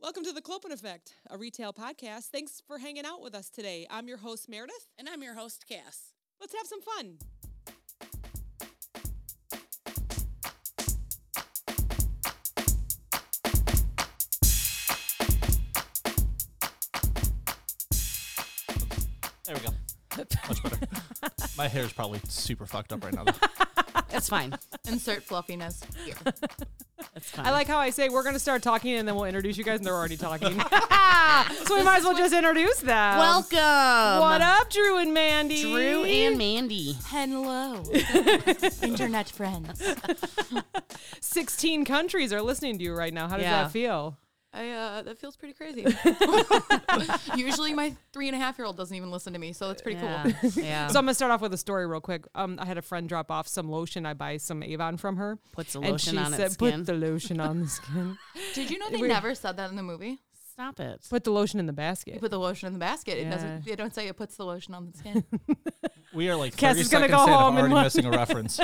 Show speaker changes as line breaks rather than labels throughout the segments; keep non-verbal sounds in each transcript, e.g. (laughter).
Welcome to the Clopen Effect, a retail podcast. Thanks for hanging out with us today. I'm your host, Meredith.
And I'm your host, Cass.
Let's have some fun.
There we go.
(laughs)
Much better. My hair's probably super fucked up right now. though.
That's fine.
Insert fluffiness here.
That's fine.
I like how I say we're going to start talking and then we'll introduce you guys, and they're already (laughs) talking. so we might as well just introduce them.
(laughs) Welcome.
what up, Drew and Mandy?
Drew and Mandy.
(laughs) Hello, internet friends.
16 countries are listening to you right now. How does
Yeah.
that feel?
(laughs) I, uh, that feels pretty crazy. (laughs) Usually, my three and a half year old doesn't even listen to me, so that's pretty cool. (laughs)
yeah.
So I'm gonna start off with a story real quick. Um, I had a friend drop off some lotion. I buy some Avon from her.
Puts the
and
lotion
she
on
said,
its skin.
Put the lotion on the
(laughs)
skin.
Did you know they
We-
never said that in the movie?
Stop it.
Put the lotion in the
You
basket.
put the lotion in the basket. It doesn't.
Yeah.
They don't say it puts the lotion on the skin.
We are like
Cass
30
is gonna
seconds
go
in, I'm
home and
already
look.
missing
(laughs)
a reference.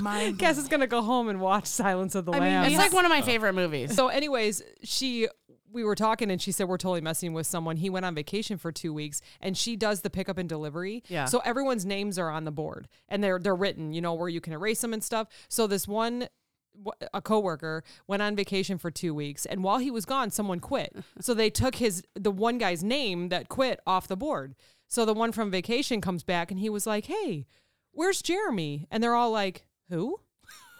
My
Cass is gonna go home and watch Silence of the
I mean,
Lambs.
It's like one of my favorite movies.
so, anyways, she we were talking and she said we're totally messing with someone. He went on vacation for two weeks and she does the pickup and delivery.
Yeah.
So everyone's names are on the board and they're they're written, you know, where you can erase them and stuff. So this one wh- a coworker went on vacation for two weeks and while he was gone someone (laughs) quit so they took his the one guy's name that quit off the board so the one from vacation comes back and he was like hey where's jeremy and they're all like who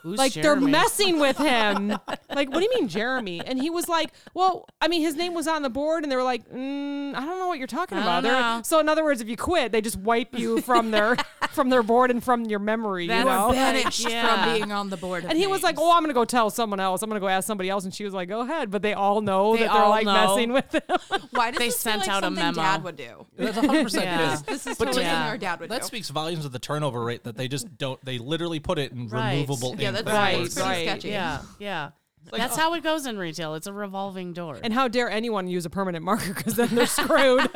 Who's
like they're
Jeremy?
messing
(laughs)
with him. like, what do you mean, Jeremy? And he was like, "Well, I mean, his name was on the board," and they were like, mm, "I don't know what you're talking about."
don't
They're-
know.
So, in other words, if you quit, they just wipe you from
(laughs)
their from their board and from your memory.
That's
you know?
bad.
banished
Yeah.
from being on the board. of
And he was like,
names.
"Oh, I'm gonna go tell someone else. I'm gonna go ask somebody else." And she was like, "Go ahead," but they all know
They
that they're
all
like
know.
messing with him.
"Why does
They
this feel
sent
like
out a
something
memo.
Dad would do.
(laughs) That's 100%
Yeah.
it is.
This is
But
totally
to-
something our dad would
That
do."
speaks volumes of the turnover rate that they just don't, they literally put it in
Right.
removable
yeah,
ink
that's
Right,
backwards.
it's pretty
right.
sketchy.
Yeah. Yeah. That's how it goes in retail. It's a revolving door.
And how dare anyone use a permanent marker because then they're (laughs) screwed.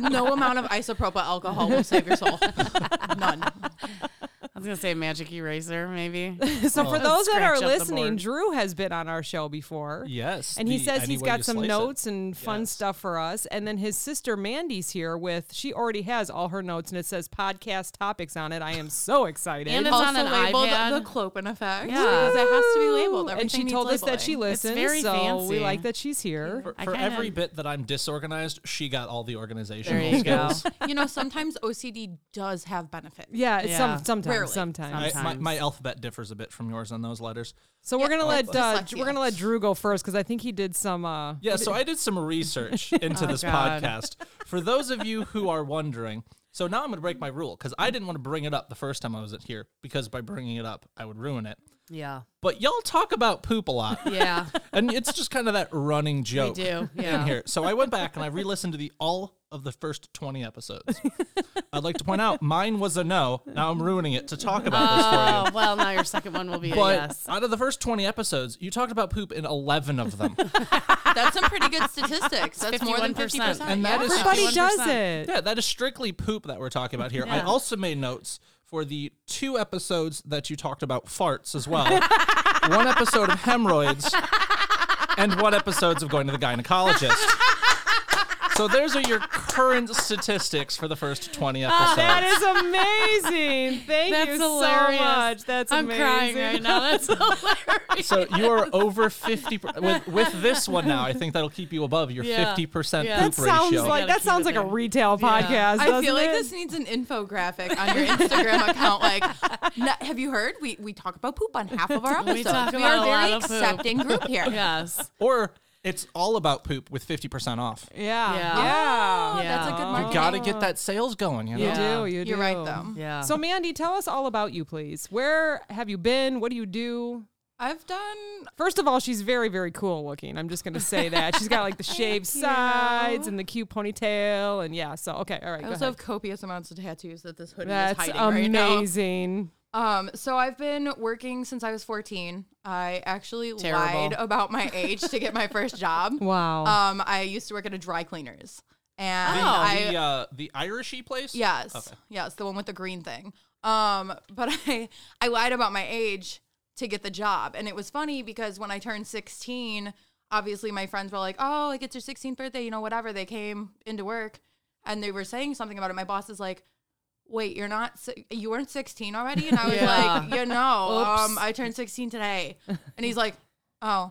No amount of isopropyl alcohol will save your soul. None.
I was going to say magic eraser, maybe.
so for those that
Scratch
are
up the
listening,
board.
Drew has been on our show before.
Yes.
And he
the-
says
any
he's
way
got
you
some
slice it.
notes and fun
Yes.
stuff for us. And then his sister Mandy's here with she already has all her notes and it says podcast topics on it. I am so excited.
And it's
also
on an
labeled
iPad.
the Clopen effect.
Yeah.
because it has to be
Ooh,
labeled.
and she
Everything
told
needs
us that she (laughs)
labeling.
listens,
very
so we
fancy.
like that she's here.
For,
I
for
kinda-
every bit that I'm disorganized, she got all the organizational
There you go.
skills.
you know, sometimes OCD does have benefits.
Yeah, it's
Yeah.
some sometimes,
Rarely.
sometimes.
I- my,
Sometimes.
my alphabet differs a bit from yours on those letters.
So we're gonna let uh,
Dyslexia.
we're gonna let Drew go first because I think he did some. Uh,
Yeah, so I did some
(laughs)
research into this
Oh, God.
podcast. For those of you who are wondering, so now I'm going to break my rule because I didn't want to bring it up the first time I was here because by bringing it up, I would ruin it.
Yeah.
But y'all talk about poop a
(laughs)
lot.
Yeah.
and it's just kind of that running joke
do, yeah.
in here. So I went back and I re listened to the all of the first 20
(laughs)
episodes. I'd like to point out mine was a no. Now I'm ruining it to talk about this for you.
Oh, well, now your second one will be a
But
Oh, yes.
out of the first 20 episodes, you talked about poop in 11 of them.
That's some pretty good statistics. That's more than 50%.
51%.
And that is-
Everybody does
51%.
it.
Yeah, that is strictly poop that we're talking about here. I
Yeah.
also made notes for the two episodes that you talked about farts
(laughs)
as well. one episode of hemorrhoids and one episodes of going to the gynecologist. So those are your current statistics for the first 20 episodes.
Uh, That is amazing.
(laughs)
Thank you
That's
so
hilarious.
much. That's
I'm
amazing.
crying right now. That's hilarious.
so you are over 50 per- with with this one now. I think that'll keep you above your
Yeah.
50%
Yeah.
That
poop
sounds
ratio.
like
Gotta
that
keep
sounds
it
like a
there.
retail podcast.
I feel
doesn't
like
it?
this needs an infographic on your Instagram account. Like, (laughs) n- have you heard? We we talk about poop on half of our episodes.
talk
We
about
are
a
a very
lot of poop.
accepting group here.
(laughs) Yes.
or it's all about poop with 50% off.
Yeah.
Yeah.
Oh, That's a
(laughs)
good
Yeah.
marketing.
You got to get that sales going, you know.
You
Yeah.
do. You do.
You're right, though.
Yeah.
So, Mandy, tell us all about you, please. Where have you been? What do you do?
I've done.
First of all, she's very, very cool looking. I'm just going to say that. She's got
(laughs)
like the shaved
you.
sides and the cute ponytail. And yeah, so, okay. All right.
I
Go
also
ahead.
have copious amounts of tattoos that this hoodie
That's
is hiding right now.
amazing.
Um, so I've been working since I was 14. I actually
Terrible.
lied about my age to get my first job.
Wow.
Um, I used to work at a dry cleaners, and
Oh.
I
the uh, the Irishy place.
yes,
Okay.
yes, the one with the green thing. Um, but (laughs) I I lied about my age to get the job, and it was funny because when I turned 16, obviously my friends were like, "Oh, like it's your 16th birthday, you know, whatever." They came into work and they were saying something about it. My boss is like, "Wait, you're not si- you weren't 16 already?" And I was
Yeah.
like, "You know,
Oops.
um, I turned 16 today." And he's like, "Oh."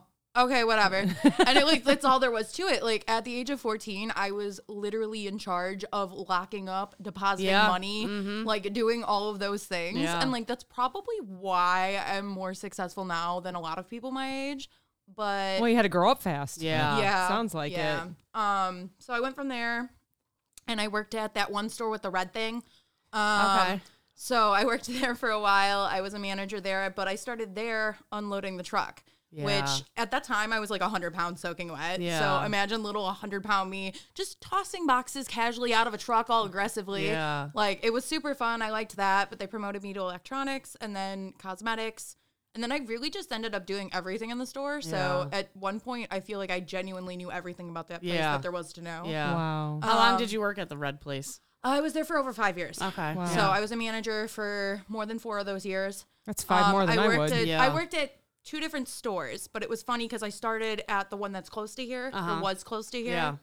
(laughs)
Okay, whatever. And it like that's all there was to it. Like at the age of 14, I was literally in charge of locking up, depositing
Yeah. Mm-hmm.
money, like doing all of those things.
Yeah.
And like that's probably why I'm more successful now than a lot of people my age. But
Well, you had to grow up fast.
Yeah.
yeah.
Sounds like it.
Um, so I went from there and I worked at that one store with the red thing. Um,
Okay.
So I worked (laughs) there for a while. I was a manager there, but I started there unloading the truck.
Yeah.
Which at that time I was like 100 pounds soaking wet.
Yeah.
So imagine little 100 pound me just tossing boxes casually out of a truck all aggressively.
Yeah.
Like it was super fun. I liked that, but they promoted me to electronics and then cosmetics. And then I really just ended up doing everything in the store. So
Yeah.
at one point, I feel like I genuinely knew everything about that place
Yeah.
that there was to know.
Yeah.
Wow.
How long
Um,
did you work at the red place?
I was there for over five years.
Okay.
Wow.
So I was a manager for more than four of those years.
That's five
Um,
more than I,
worked
would.
(laughs) At,
Yeah.
I worked at two different stores, but it was funny because I started at the one that's close to here,
Uh-huh.
or was close to here.
Yeah.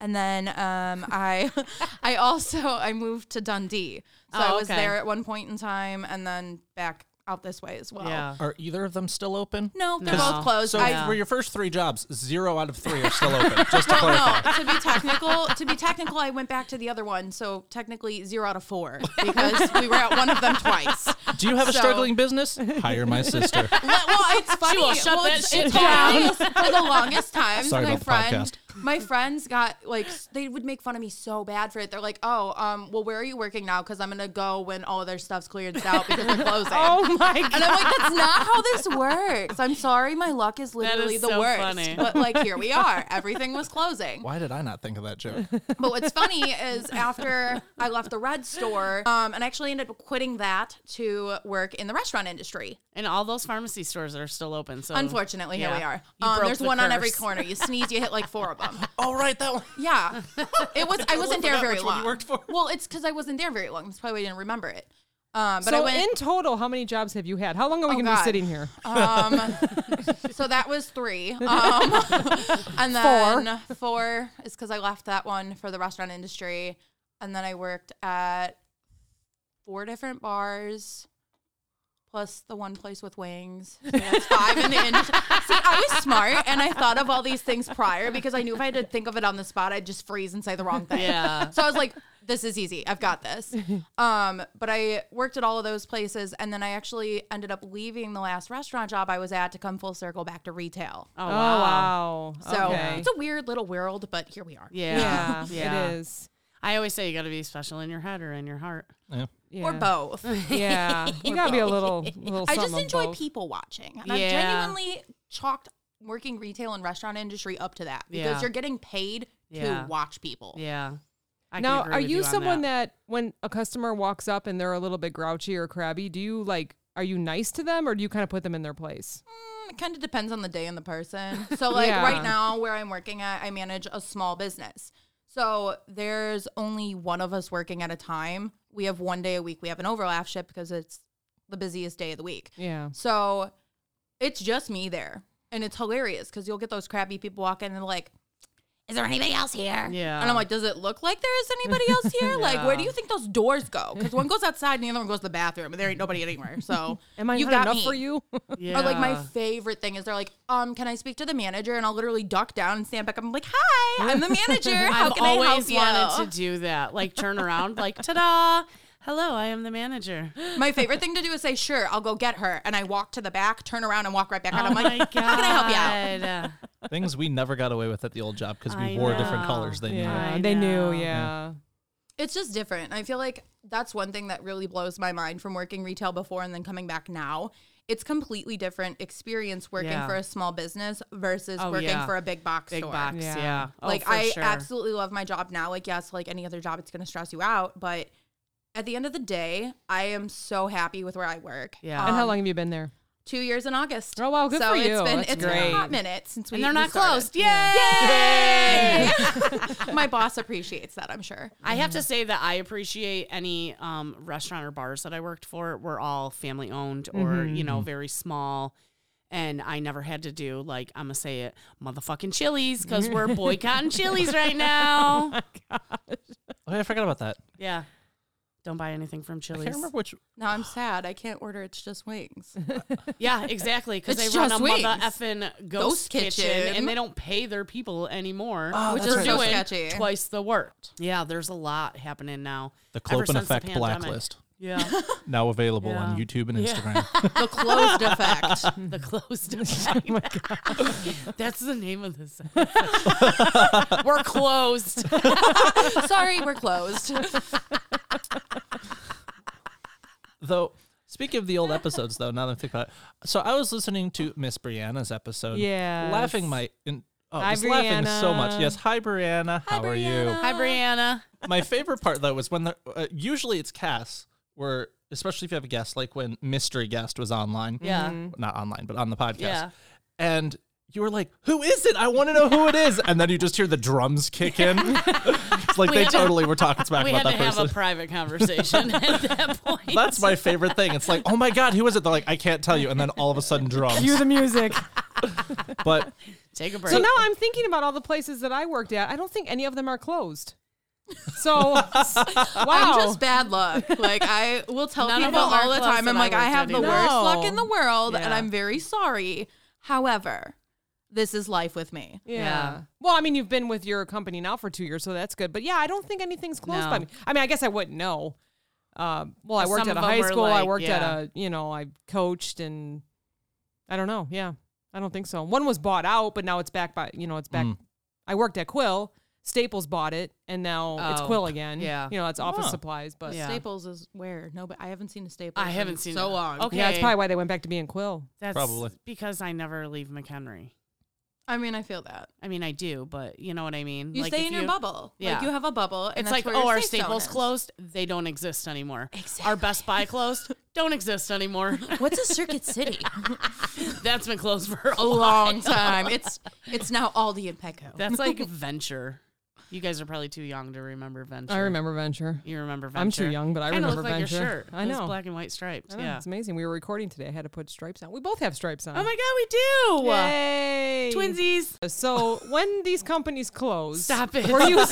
And then um, I, (laughs) I also I moved to Dundee, so I
Oh,
was
okay.
there at one point in time, and then back out this way as well.
Yeah.
Are either of them still open?
No, they're
No.
both closed.
So
I,
for your first three jobs, zero out of three are still open. Just
(laughs)
to
(laughs) no,
clarify.
to be technical, to be technical, I went back to the other one, so technically zero out of four because we were at one of them twice.
Do you have a
So-
struggling
(laughs)
business? Hire my sister.
Well, well, it's funny.
will shut
well,
that
it's,
shit
it's
down.
funny. For the longest time,
Sorry
my
about the
friend,
podcast.
my friends got like s- they would make fun of me so bad for it. They're like, "Oh, um, well, where are you working now? Because I'm gonna go when all their stuff's cleared out
(laughs)
because they're closing."
oh my
And I'm like, that's not how this works. I'm sorry, my luck is literally
is
the
so
worst.
funny.
But like, here we are. Everything was closing.
Why did I not think of that joke?
But what's funny is after I left the red store, um, and I actually ended up quitting that to work in the restaurant industry.
And all those pharmacy stores are still open. So
Unfortunately,
yeah.
here we are.
You
Um,
broke
there's
the
one on every
curse.
corner. You sneeze, you hit like four of them.
Oh right, that one.
Yeah, it was. I wasn't there
forgot
very
which one
long.
you worked for.
Well, it's because I wasn't there very long. That's probably why I didn't remember it. Um, but I
so
went.
in total, how many jobs have you had? How long are we
Oh,
gonna be
God.
sitting here?
Um, so that was three. Um, and then four, is because I left that one for the restaurant industry. And then I worked at four different bars. Plus the one place with wings. So that's five in the industry. See, I was smart and I thought of all these things prior because I knew if I had to think of it on the spot, I'd just freeze and say the wrong thing.
(laughs)
(laughs)
Yeah.
So I was like, this is easy. I've got this. Um, but I worked at all of those places and then I actually ended up leaving the last restaurant job I was at to come full circle back to retail.
Oh,
Oh
wow.
wow.
So
okay.
it's a weird little world, but here we are.
yeah,
Yeah. Yeah.
it is.
(laughs) I always say you got to be special in your head or in your heart.
Yeah.
Yeah.
Or both.
Yeah, (laughs) you gotta be a little. little
I just
something of
enjoy
both.
people watching. And
Yeah.
I've genuinely chalked working retail and restaurant industry up to that because
Yeah.
you're getting paid
Yeah.
to watch people.
Yeah. I can
Now,
agree
are
with
you,
on
someone that. when a customer walks up and they're a little bit grouchy or crabby, do you like? Are you nice to them, or do you kind of put them in their place?
It kind of depends on the day and the person. (laughs) So, like
Yeah.
right now, where I'm working at, I manage a small business. So, there's only one of us working at a time. We have one day a week. We have an overlap shift because it's the busiest day of the week.
Yeah.
So, it's just me there. And it's hilarious because you'll get those crappy people walking and they're like, is there anybody else here?
Yeah.
And I'm like, does it look like
(laughs)
there is anybody else here? Like, where do you think those doors go? Because one goes outside and the other one goes to the bathroom and there ain't nobody anywhere. So,
(laughs) Am I
you
not
got
enough
me.
for (laughs) you?
Yeah.
Or oh, like my favorite thing is they're like, um, can I speak to the manager? And I'll literally duck down and stand back up. I'm like, hi, I'm the manager.
(laughs)
How
I've
can
always
I help you?
wanted to do that. Like turn around,
(laughs)
like ta-da. Hello, I am the manager.
My favorite thing to do is say, sure, I'll go get her. And I walk to the back, turn around, and walk right back out.
oh
I'm
my
like,
god.
(laughs) how can I help you out?
help you
Things we never got away with at the old job because we
I
wore different
know.
colors than you.
Yeah,
I
they
know.
knew. Yeah.
It's just different. I feel like that's one thing that really blows my mind from working retail before and then coming back now. It's completely different experience working
Yeah.
for a small business versus
Oh,
working
yeah.
for a big box
Big
store.
box, yeah.
Yeah.
Oh,
like
for
I
sure.
absolutely love my job now. Like yes, like any other job, it's gonna stress you out, but at the end of the day, I am so happy with where I work. Um,
Yeah.
And how long have you been there?
Two years in August.
Oh, wow, good
so
for
it's
you.
Been,
That's
it's been
great.
a hot minute since we
And they're
we
not
started.
closed. Yay!
(laughs) my boss appreciates that, I'm sure.
I have to say that I appreciate any um, restaurant or bars that I worked for were all family owned or you know very small, And I never had to do like I'm gonna say it, motherfucking Chili's, because we're boycotting Chili's right now.
Oh, yeah, I forgot about that.
Yeah, don't buy anything from
I
Chili's.
can't remember which.
Now I'm sad. I can't order. It's just wings.
Yeah, exactly. Because
It's
they run a
just
mother
wings.
effing ghost,
Ghost
kitchen,
kitchen.
and they don't pay their people anymore,
Oh,
which
that's
is
right.
So
doing
sketchy.
twice the work. Yeah, there's a lot happening now.
The
Ever
Clopen
since the
Effect
pandemic.
Blacklist.
Yeah,
Now available on
Yeah.
YouTube and
Yeah.
Instagram.
the closed effect.
the closed.
Oh
(laughs) That's the name of this. episode. We're
(laughs)
closed.
(laughs) Sorry, we're closed.
though, speaking of the old episodes, though, now that I think about it. So I was listening to Miss Brianna's episode.
Yes.
Laughing my. In, oh,
Hi,
just laughing so much.
Brianna.
Yes. Hi, Brianna. How are you?
Hi, Brianna.
My favorite part though was when the uh, usually it's casts where especially if you have a guest like when mystery guest was online,
Yeah.
not online but on the podcast,
Yeah.
and you were like, "Who is it? I want to know who it is," and then you just hear the drums kick
(laughs)
in. it's like
We
they
had to-
totally were talking smack
We
about
had to
that
have
person.
a
(laughs)
private conversation at that point.
That's my favorite thing. It's like, "Oh my god, who is it?" They're like, "I can't tell you," and then all of a sudden drums.
Cue the music.
(laughs) but
Take a
(laughs)
break.
so now I'm thinking about all the places that I worked at. I don't think any of them are closed. So wow,
I'm just bad luck. Like I will tell
Oh. None of
people
them are
all the
clubs
time.
that
I'm
I
like, I
worked
have
at
the
either.
worst
No.
luck in the world, and
Yeah.
I'm very sorry. However, this is life with me.
Yeah.
Yeah.
Well, I mean, you've been with your company now for two years, so that's good. But yeah, I don't think anything's closed by
No.
me. I mean, I guess I wouldn't know. Um, well, I
Some
worked at
of
a
them
high
were
school. I
like,
worked
yeah.
at a, you know, I coached and I don't know. Yeah. I don't think so. One was bought out, but now it's back by, you know, it's
Mm.
back. I worked at Quill. Staples bought it and now it's
Oh,
Quill again.
yeah.
You know, it's office
Huh.
supplies, but
Yeah.
Staples is where no, but I haven't seen a Staples.
I haven't seen
so
it.
long.
Okay,
yeah, it's probably why they went back to being Quill.
that's
Probably.
because I never leave McHenry.
I mean, I feel that
I mean, I do, but you know what I mean.
you
Like,
stay
if
in your
you-
bubble.
Yeah.
Like you have a bubble, and
It's like,
that's where
oh,
your
our
safe zone
Staples
is.
closed. They don't exist anymore. Our
Exactly.
Best Buy
(laughs)
closed. Don't exist anymore. (laughs)
What's a Circuit (laughs) City?
That's been closed for
(laughs)
a
a
long.
long time. It's it's now Aldi and Petco.
That's like Venture. You guys are probably too young to remember Venture.
I remember Venture.
You remember Venture.
I'm too young, but I
Kinda
remember
looked like
Venture.
your shirt.
I
It was
know.
black and white stripes.
I know,
Yeah.
It's amazing. We were recording today. I had to put stripes on. We both have stripes on.
Oh my God,
Yay.
we do. Twinsies.
So when these companies close,
Stop it.
Were you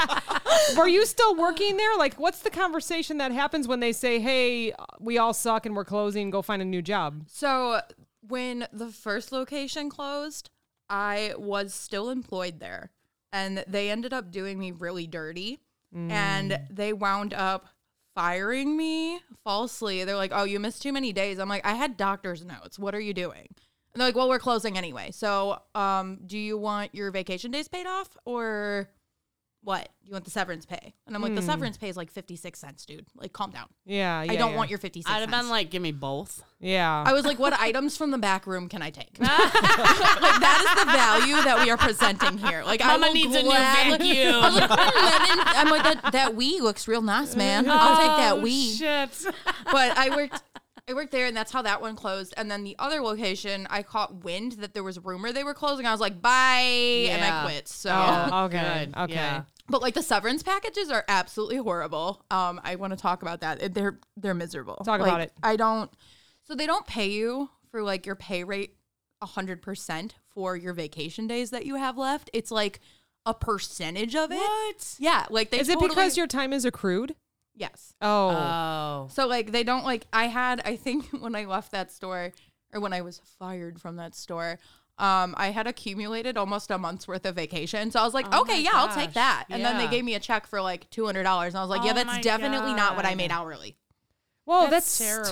(laughs) were you still working there? Like, what's the conversation that happens when they say, "Hey, we all suck and we're closing. Go find a new job."
So when the first location closed, I was still employed there, and they ended up doing me really dirty, and
Mm.
they wound up firing me falsely. They're like, "Oh, you missed too many days." I'm like, "I had doctor's notes. What are you doing?" And they're like, "Well, we're closing anyway. So, um, do you want your vacation days paid off or?" What? You want the severance pay? And I'm like, the severance pay is like 56 cents, dude. Like, calm down.
Hmm. Yeah, yeah
I don't
yeah.
want your
(laughs)
56
I'd have
cents.
been like, give me both.
Yeah,
I was like,
(laughs)
what items from the back room can I take? (laughs) like, that is the value that we are presenting here. Like, I
Mama
will
needs a new
gladly- (laughs)
(laughs)
I
vacuum.
was like, "Hmm, lemon." I'm like, that, that wee looks real nice, man. I'll take that
Oh,
wee.
Shit.
But I worked. I worked there, and that's how that one closed. And then the other location, I caught wind that there was a rumor they were closing. I was like, "Bye,"
(laughs)
and
Yeah.
I quit. So,
Oh, okay,
Good.
okay.
Yeah.
but like the severance packages are absolutely horrible. Um, I want to talk about that. It- They're they're miserable.
Talk about
Like,
it.
I don't. So they don't pay you for like your pay rate hundred percent for your vacation days that you have left. It's like a percentage of it.
What?
Yeah, like they.
Is it
totally-
because your time is accrued?
Yes.
Oh,
Oh.
So like they don't like I had I think (laughs) when I left that store or when I was fired from that store, um, I had accumulated almost a month's worth of vacation. So I was like,
Oh my
okay, yeah, I'll take
gosh.
that. And then
Yeah.
they gave me a check for like two hundred dollars, and I was like, yeah,
Oh my
that's definitely not what I
God.
made hourly.
well, Oh, that's, terrible.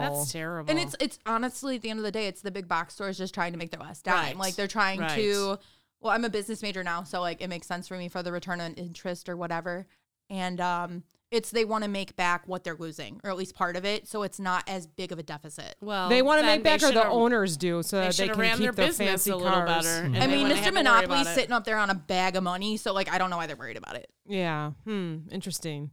That's terrible.
And it's it's honestly at the end of the day, it's the big box stores just trying to make their last dime.
Right.
Like they're trying
Right.
to. Well, I'm a business major now, so like it makes sense for me for the return on interest or whatever. And um, it's they want to make back what they're losing, or at least part of it, so it's not as big of a deficit.
well,
they want to
then
make back,
they
or the
shoulda-
owners do, so that
They
they
should
can
have ran
keep
their
their,
business
fancy
a little
cars.
better.
Mhm.
and
I
they
mean,
wouldn't have
Mr.
to worry about
Monopoly's
it.
sitting up there on a bag of money, so like I don't know why they're worried about it.
Yeah. Hmm. Interesting.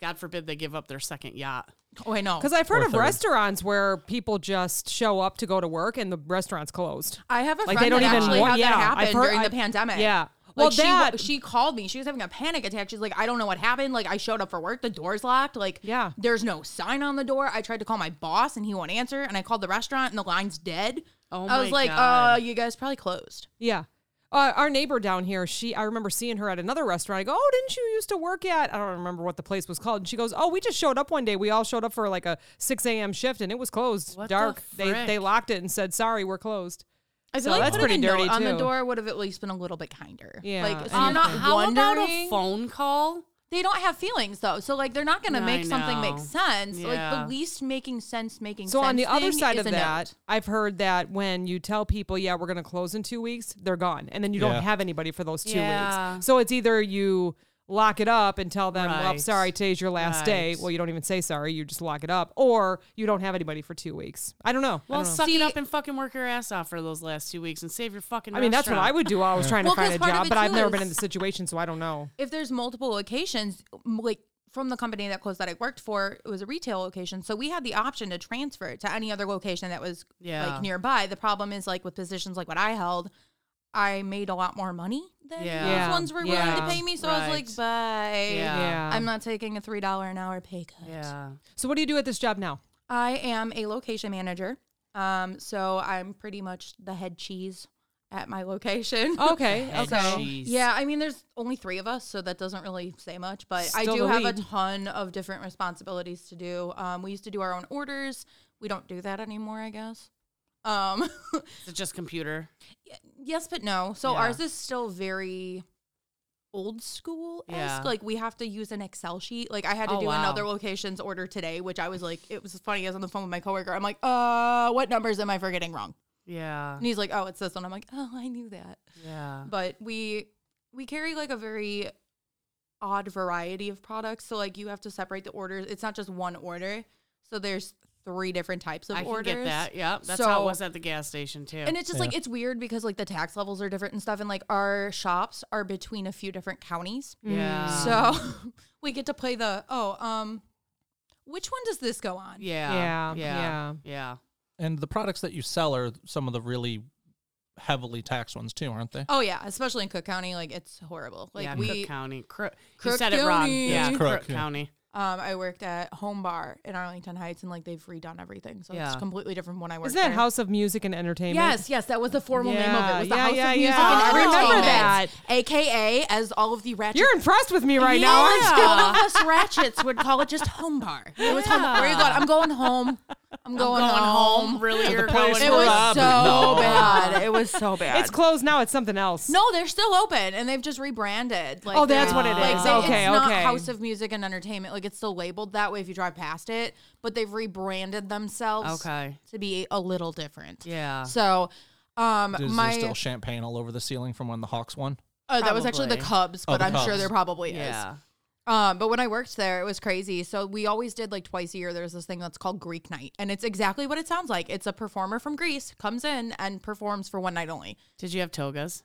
God forbid they give up their second yacht.
Oh, I know.
Because I've heard
Or
of
third.
restaurants where people just show up to go to work and the restaurant's closed.
I have a
Like
friend
they don't
that
even
actually
want.
had
yeah,
that happen
I've heard,
during
I-
the pandemic.
Yeah. Well,
Like she w-
that-
she called me. She was having a panic attack. She's like, I don't know what happened. Like I showed up for work. The door's locked. Like
Yeah.
there's no sign on the door. I tried to call my boss and he won't answer. And I called the restaurant and the line's dead.
Oh
I was
my
like,
God.
uh, you guys probably closed.
Yeah. Uh, our neighbor down here, she I remember seeing her at another restaurant. I go, "Oh, didn't you used to work at?" I don't remember what the place was called. And she goes, "Oh, we just showed up one day. We all showed up for like a six a.m. shift, and it was closed,
What the
dark. they they
frick?
locked it and said, "Sorry, we're closed."
I
So that's
putting
pretty
a
dirty,
note on the
too.
door would have at least been a little bit kinder.
Yeah,
Like so
and
you're
Um,
not
how about
wondering.
a phone call?
they don't have feelings though. So like they're not going to
I
make something
know.
make sense.
Yeah.
Like the least making sense making
So
sense.
on the other
thing
side
is
of
a
that,
note.
I've heard that when you tell people, "Yeah, we're going to close in two weeks," they're gone, and then you
Yeah.
don't have anybody for those two
Yeah.
weeks. So it's either you lock it up and tell them, "Well, I'm
Right.
sorry, today's your last day."
Right.
Well, you don't even say sorry; you just lock it up, or you don't have anybody for two weeks. I don't know. I
Well,
don't know.
suck
See-
it up and fucking work your ass off for those last two weeks and save your fucking.
I mean, that's what I
restaurant.
would do while I was trying to
Well,
find
'cause
a
part of
job,
it
but I've
too
never been in
is-
the situation, so I don't know.
if there's multiple locations, m- like from the company that closed that I worked for, it was a retail location. So we had the option to transfer it to any other location that was
Yeah.
like nearby. The problem is like with positions like what I held, I made a lot more money than
Yeah.
Yeah.
these ones were
Yeah.
willing to pay me. So I was
Right.
like, bye.
Yeah.
Yeah.
I'm not taking a three dollar an hour pay cut.
Yeah.
So, what do you do at this job now?
I am a location manager. Um, so I'm pretty much the head cheese at my location.
Oh,
Okay,
Head
So
okay.
cheese.
yeah, I mean, there's only three of us, so that doesn't really say much. But
Still
I do
the
have a
lead.
ton of different responsibilities to do. Um, we used to do our own orders. We don't do that anymore, I guess. Um, (laughs)
Is it just computer?
yes, but no. So
Yeah.
ours is still very old school
Yeah.
esque. Like we have to use an Excel sheet. Like I had to
Oh,
do
wow.
another location's order today, which I was like, it was funny. I was on the phone with my coworker. I'm like, uh, what numbers am I forgetting wrong?
Yeah.
And he's like, oh, it's this one. I'm like, oh, I knew that
Yeah.
but we we carry like a very odd variety of products so like you have to separate the orders it's not just one order so there's three different types of
I can
orders
get that. Yeah. That's how it
So-
was at the gas station too.
and it's just like it's weird because like the tax levels are different and stuff and like our shops are between a few different counties
Mm.
yeah.
so (laughs) we get to play the oh um which one does this go on
Yeah.
Yeah,
Yeah.
yeah.
Yeah.
And the products that you sell are some of the really heavily taxed ones too, aren't they?
oh yeah especially in cook county like it's horrible like
yeah,
we
Cook County. Cro- you
Crook
said it wrong.
County.
Yeah,
It's
Crook,
Crook, yeah.
County.
Um, I worked at Home Bar in Arlington Heights, and like they've redone everything, so
Yeah.
it's completely different from when I worked.
Is that
there.
House of Music and Entertainment?
Yes, yes, that was the formal name of
Yeah,
it. Was the
yeah,
House
yeah,
of Music
yeah.
and
Oh, I remember
Entertainment,
that.
aka as all of the ratchets.
You're impressed with me right now,
all
aren't you?
of us ratchets would call it just Home Bar. It was Home. Where are you going? I'm going home. I'm going,
Going
home.
home, really? You're
place
going
It
where
was
Rob-
so
No.
bad. It was so bad.
It's closed now. It's something else.
No, they're still open, and they've just rebranded. Like,
Oh, that's
they're-
what it
Like,
is.
they-
Okay,
it's not
okay.
House of Music and Entertainment. Like, it's still labeled that way if you drive past it, but they've rebranded themselves
Okay.
to be a little different.
Yeah.
So, um,
Is
my
there still champagne all over the ceiling from when the Hawks won?
uh, that was actually the
Probably. Oh,
Cubs, but
the
I'm sure
Cubs.
there probably is.
Yeah.
Um, but when I worked there, it was crazy. So we always did like twice a year. There's this thing that's called Greek Night, and it's exactly what it sounds like. It's a performer from Greece comes in and performs for one night only.
Did you have togas?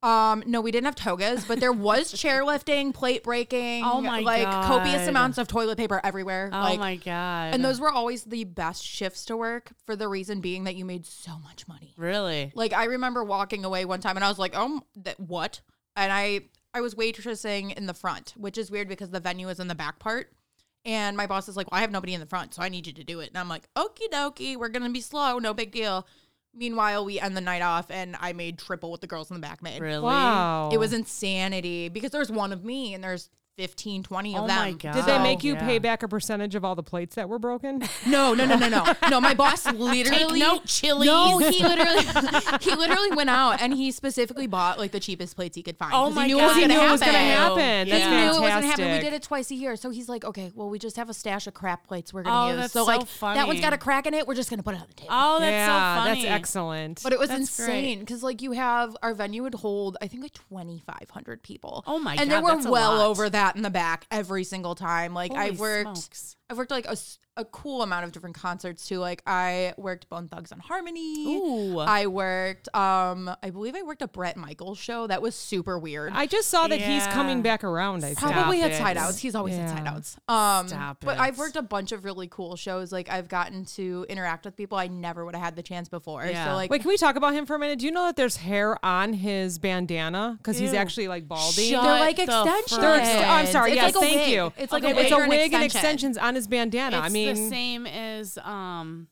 Um, no, we didn't have togas, but
(laughs)
there was chairlifting, plate breaking,
Oh my
like copious
God.
amounts of toilet paper everywhere.
Oh
like,
my god.
and those were always the best shifts to work for the reason being that you made so much money.
really?
Like I remember walking away one time and I was like, "Um, that what?" And I I was waitressing in the front, which is weird because the venue is in the back part. And my boss is like, "Well, I have nobody in the front, so I need you to do it." And I'm like, "Okie dokie, we're gonna be slow, no big deal." Meanwhile, we end the night off, and I made triple what the girls in the back made.
Really?
Wow.
It was insanity because there's one of me and there's 15, 20 of
Oh
them.
my god.
Did they make you
Yeah.
pay back a percentage of all the plates that were
(laughs)
broken?
No, no, no, no, no. No, my boss literally
note, Chili's.
No, he literally (laughs) he literally went out and he specifically bought like the cheapest plates he could find.
Oh
'cause
my
he knew
God.
It was gonna
He knew
happen.
it
was gonna happen. That's
He knew it was gonna happen. We
fantastic.
did it twice a year. So he's like, Okay, well, we just have a stash of crap plates we're
Oh,
gonna use.
that's so
so like that
funny.
one's got a crack in it, we're just gonna put it on the table.
Oh, that's
yeah,
so funny.
that's excellent.
But it was
That's
insane because, like, you have our venue would hold, I think, like twenty five hundred people.
Oh my God,
And there were
that's a
well
lot.
over that in the back every single time. Like
Holy
I've worked,
smokes.
I've worked like a, s- a cool amount of different concerts too. Like I worked Bone Thugs and Harmony.
Ooh.
I worked. Um, I believe I worked a Brett Michaels show. That was super weird.
I just saw that he's
Yeah.
coming back around. I think.
Probably
Stop
had
it.
side outs. He's always
Yeah.
had side outs. Um,
Stop
but
it.
I've worked a bunch of really cool shows. Like I've gotten to interact with people I never would have had the chance before.
Yeah.
So like,
Wait, can we talk about him for a minute? Do you know that there's hair on his bandana because he's
Ew.
actually like baldy?
Shut
they're like
the
extensions.
frick
They're ex- oh, I'm sorry.
It's
yes,
like a
thank
wig.
you.
It's like
Okay,
a
wait.
it's
wig,
a
or an
wig and
extension.
extensions on his bandana.
It's
I mean,
the same as um,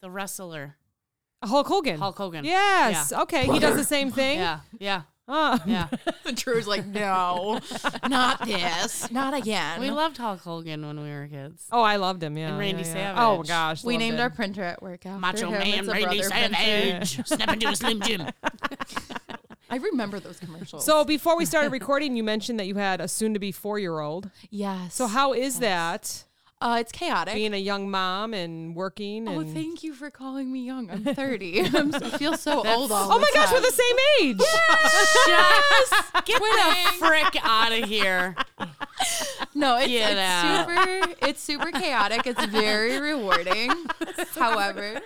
the wrestler
Hulk Hogan.
Hulk Hogan.
Yes. Okay. He does the
(laughs)
same thing.
Yeah, yeah,
Uh, (laughs)
yeah.
The Drew's like, no, not this, not again.
we loved Hulk Hogan when we were kids.
Oh, I loved him. Yeah.
And Randy
yeah, yeah.
Savage.
Oh gosh.
We
loved
named
it.
our printer at work after
Macho
him.
Man
It's a
Randy
brother printer.
Savage, (laughs) snap into a Slim
(laughs)
Jim.
I remember those commercials.
So before we
(laughs)
started recording, you mentioned that you had a soon-to-be four-year-old.
yes.
So how is that
uh, it's chaotic.
being a young mom and working?
oh,
and-
thank you for calling me young. I'm 30. (laughs) I'm so, I feel so old. All
Oh my
the
gosh,
time.
we're the same age.
Get the frick out of here.
No, it's,
Get out.
it's super. It's super chaotic. It's very rewarding.
(laughs)
However,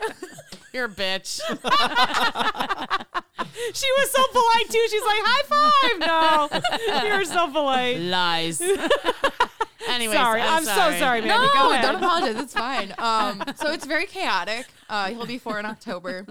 You're a bitch.
(laughs) She was so polite too. She's like, high
(laughs)
five. No, you were so polite. (laughs)
Lies. Anyways,
sorry, I'm, so sorry, man.
no, don't apologize. It's fine. Um, so it's very chaotic. Uh, he'll be four in October,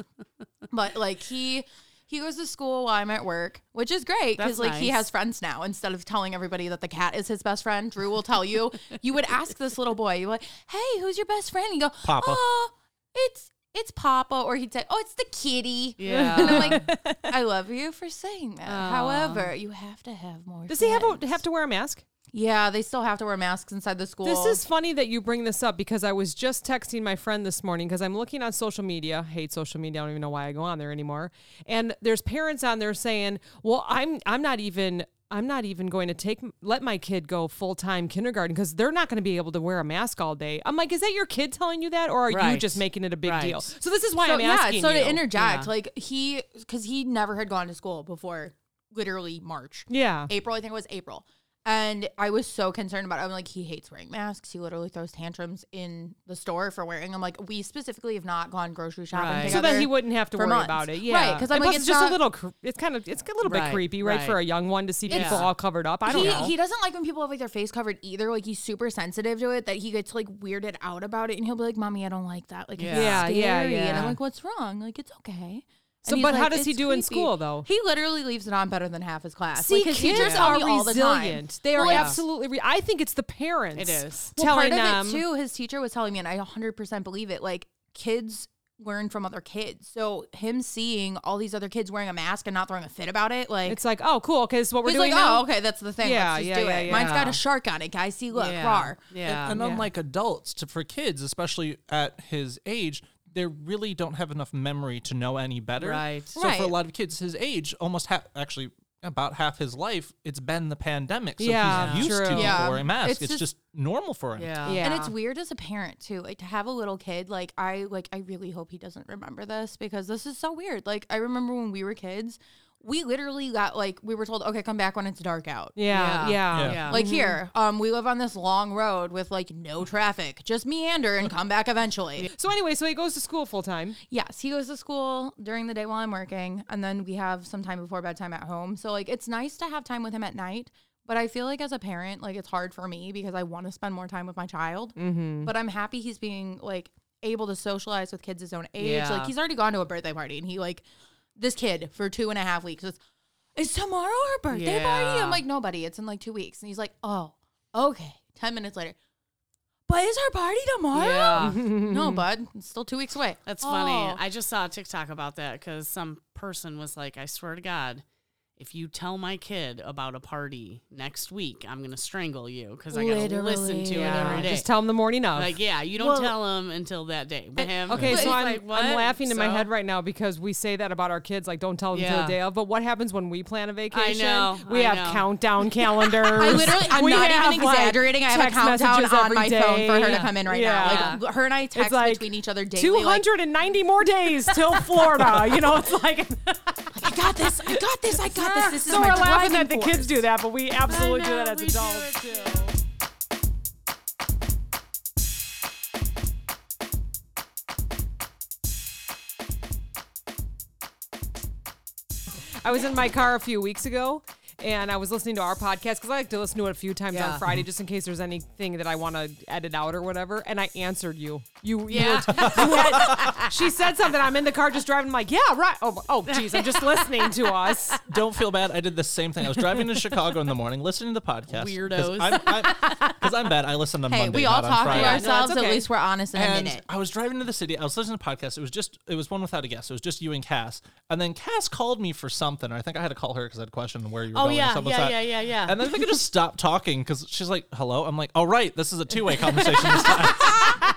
but like he. He goes to school while I'm at work, which is great
That's
because like he
nice.
has friends now. Instead of telling everybody that the cat is his best friend, Drew will tell you. You would ask this little boy, you're like, "Hey, who's your best friend?" And he'd go,
Papa.
"Oh, it's it's Papa," or he'd say, "Oh, it's the kitty."
Yeah.
and I'm like, "I love you for saying that." However, you have to have more.
Does he have
friends."
a, have to wear a mask?
Yeah, they still have to wear masks inside the school.
This is funny that you bring this up because I was just texting my friend this morning because I'm looking on social media. Hate social media. I don't even know why I go on there anymore. And there's parents on there saying, "Well, I'm I'm not even I'm not even going to take let my kid go full time kindergarten because they're not going to be able to wear a mask all day." I'm like, "Is that your kid telling you that, or are you
Right.
just making it a big
Right.
deal?" So this is why
so,
I'm
yeah.
asking.
So
you.
to interject,
Yeah.
like he, because he never had gone to school before, literally March,
yeah,
April. I think it was April, and I was so concerned about. It. I'm like, he hates wearing masks. He literally throws tantrums in the store for wearing. I'm like, we specifically have not gone grocery shopping
Right.
so
together.
that he wouldn't have to
for
worry
months.
about it.
Right,
Yeah,
'cause I'm
And
like,
plus
it's
just
not-
a little. cr- It's kind of it's a little bit
Right,
creepy, right,
right.
for a young one to see people
It's-
all covered up. I don't
he,
know.
he doesn't like when people have like their face covered either. Like he's super sensitive to it that he gets like weirded out about it, and he'll be like, "Mommy, I don't like that." Like,
Yeah.
it's
Yeah,
scary.
yeah,
And
yeah.
I'm like, "What's wrong? Like, it's okay."
So,
And he's
but how
like,
does he
"It's
do in school, though?
He literally leaves it on better than half his class.
See,
like, his
kids
teachers tell
are
me all the time.
resilient. They are
Well, it's-
absolutely. Re- I think it's the parents.
It is.
Well,
telling
part of
them.
it too. His teacher was telling me, and I 100 percent believe it. Like kids learn from other kids. So him seeing all these other kids wearing a mask and not throwing a fit about it, like
It's like, oh, cool. Okay, this is what we're
he's
doing
like,
now.
"Oh, okay, that's the thing.
Yeah,
Let's just
yeah,
do
yeah,
it. Mine's
yeah.
got a shark on it, guys. See, look,
yeah.
rar."
Yeah.
and unlike adults, to, for kids, especially at his age, they really don't have enough memory to know any better.
Right.
So for a
Right.
lot of kids his age, almost ha- actually about half his life, it's been the pandemic. So
Yeah,
he's used
true.
to people
Yeah.
wearing masks.
It's
It's, just,
just-
normal for him.
Yeah.
yeah.
And it's weird as a parent too, like to have a little kid. Like I like I really hope he doesn't remember this because this is so weird. Like I remember when we were kids, we literally got like we were told, okay, come back when it's dark out.
Yeah, Mm-hmm. yeah.
Yeah.
Like here, um, we live on this long road with like no traffic. Just meander and come back eventually.
So anyway, so he goes to school full time.
Yes, he goes to school during the day while I'm working, and then we have some time before bedtime at home. So like it's nice to have time with him at night. But I feel like as a parent, like it's hard for me because I want to spend more time with my child.
Mm-hmm.
But I'm happy he's being like able to socialize with kids his own age.
Yeah.
Like he's already gone to a birthday party, and he like this kid for two and a half weeks. Is, is tomorrow our birthday party?
Yeah.
I'm like nobody. It's in like two weeks, and he's like, oh, okay. Ten minutes later. But is our party tomorrow?
Yeah.
(laughs)
No, bud. It's still two weeks away.
That's funny.
Oh.
I just saw a TikTok about that because some person was like, I swear to God, if you tell my kid about a party next week, I'm going to strangle you because I got to listen to
Literally.
it every day.
Just tell him the morning of.
like, yeah, you don't
Well-
tell him until that day. Him-
eh, Okay,
but
so
it's
I'm,
like,
I'm
what?
laughing in my
So-
head right now because we say that about our kids, like don't tell them till the
Yeah.
day of. But what happens when we plan a vacation?
know,
We
(laughs) I
have
know.
countdown calendars.
I literally, I'm
We
not
have,
even
like,
exaggerating. I have a
text
countdown
messages
on
every
my phone for her
day.
to come in right
Yeah.
now. Like her and I text
like
between each other daily.
Two
Like,
hundred and ninety more days
(laughs)
till Florida. you know, it's like
I got this. I got this. I got this. This is
so
my
we're laughing
driving
that the
force.
kids do that, but we
I
absolutely do
know,
that as
we do
adults.
it too.
I was in my car a few weeks ago and I was listening to our podcast because I like to listen to it a few times
Yeah.
on Friday just in case there's anything that I want to edit out or whatever. And I answered you. You, you
Yeah.
were- (laughs) you had- she said something. I'm in the car just driving. I'm like, yeah, right. Oh, oh, geez, I'm just listening to us.
Don't feel bad. I did the same thing. I was driving to Chicago in the morning, listening to the podcast.
Weirdos.
Because I'm, bad. I listen on
Hey,
Monday,
we all
not on
talk to
Friday.
our-
ourselves.
okay.
At least we're honest in a
And
minute.
I was driving to the city. I was listening to podcasts. It was just it was one without a guest. It was just you and Cass. And then Cass called me for something. Or I think I had to call her because I had questioned where you were
Oh,
going. or
yeah,
something
yeah,
like
yeah,
that.
yeah, yeah.
And then I think I just stopped talking because she's like, "Hello." I'm like, "All right, this is a two way conversation." this time."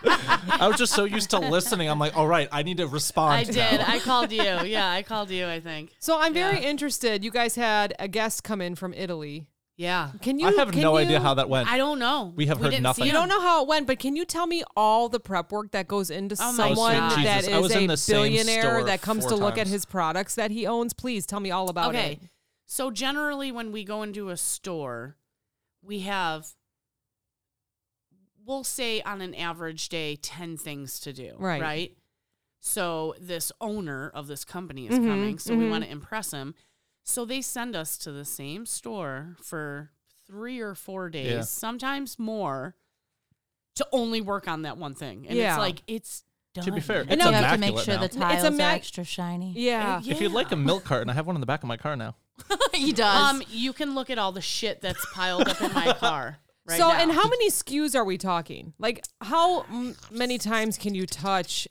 (laughs) I was just so used to listening. I'm like, "All right, I need to respond."
I
now."
did.
(laughs)
I called you. Yeah, I called you, I think.
So I'm very
Yeah.
interested. You guys had a guest come in from Italy.
Yeah.
Can you?
I have
can
no
you-
idea how that went.
I don't know.
We have heard
didn't
nothing.
see
You
him.
don't know how it went, but can you tell me all the prep work that goes into
Oh my
someone
God.
that
Sweet
is
Jesus. I was in the
a
same store
billionaire that comes
four
to look at
times.
his products that he owns? Please tell me all about
okay.
it.
So generally when we go into a store, we have we'll say on an average day 10 things to do,
Right.
Right? So this owner of this company
Mm-hmm,
is coming, so we want to impress him. So they send us to the same store for 3 or 4 days,
Yeah.
sometimes more to only work on that one thing. And
Yeah.
it's like it's done.
To be fair,
And
it's
now
you
you
have to make
immaculate
sure
now.
the
a
tiles
ma-
are extra shiny.
Uh,
Yeah.
If you'd like a milk carton, I have one in the back of my car now.
(laughs) he does.
Um, you can look at all the shit that's piled up
(laughs)
in my car right
so,
now.
and how many SKUs are we talking? Like, how m- many times can you touch?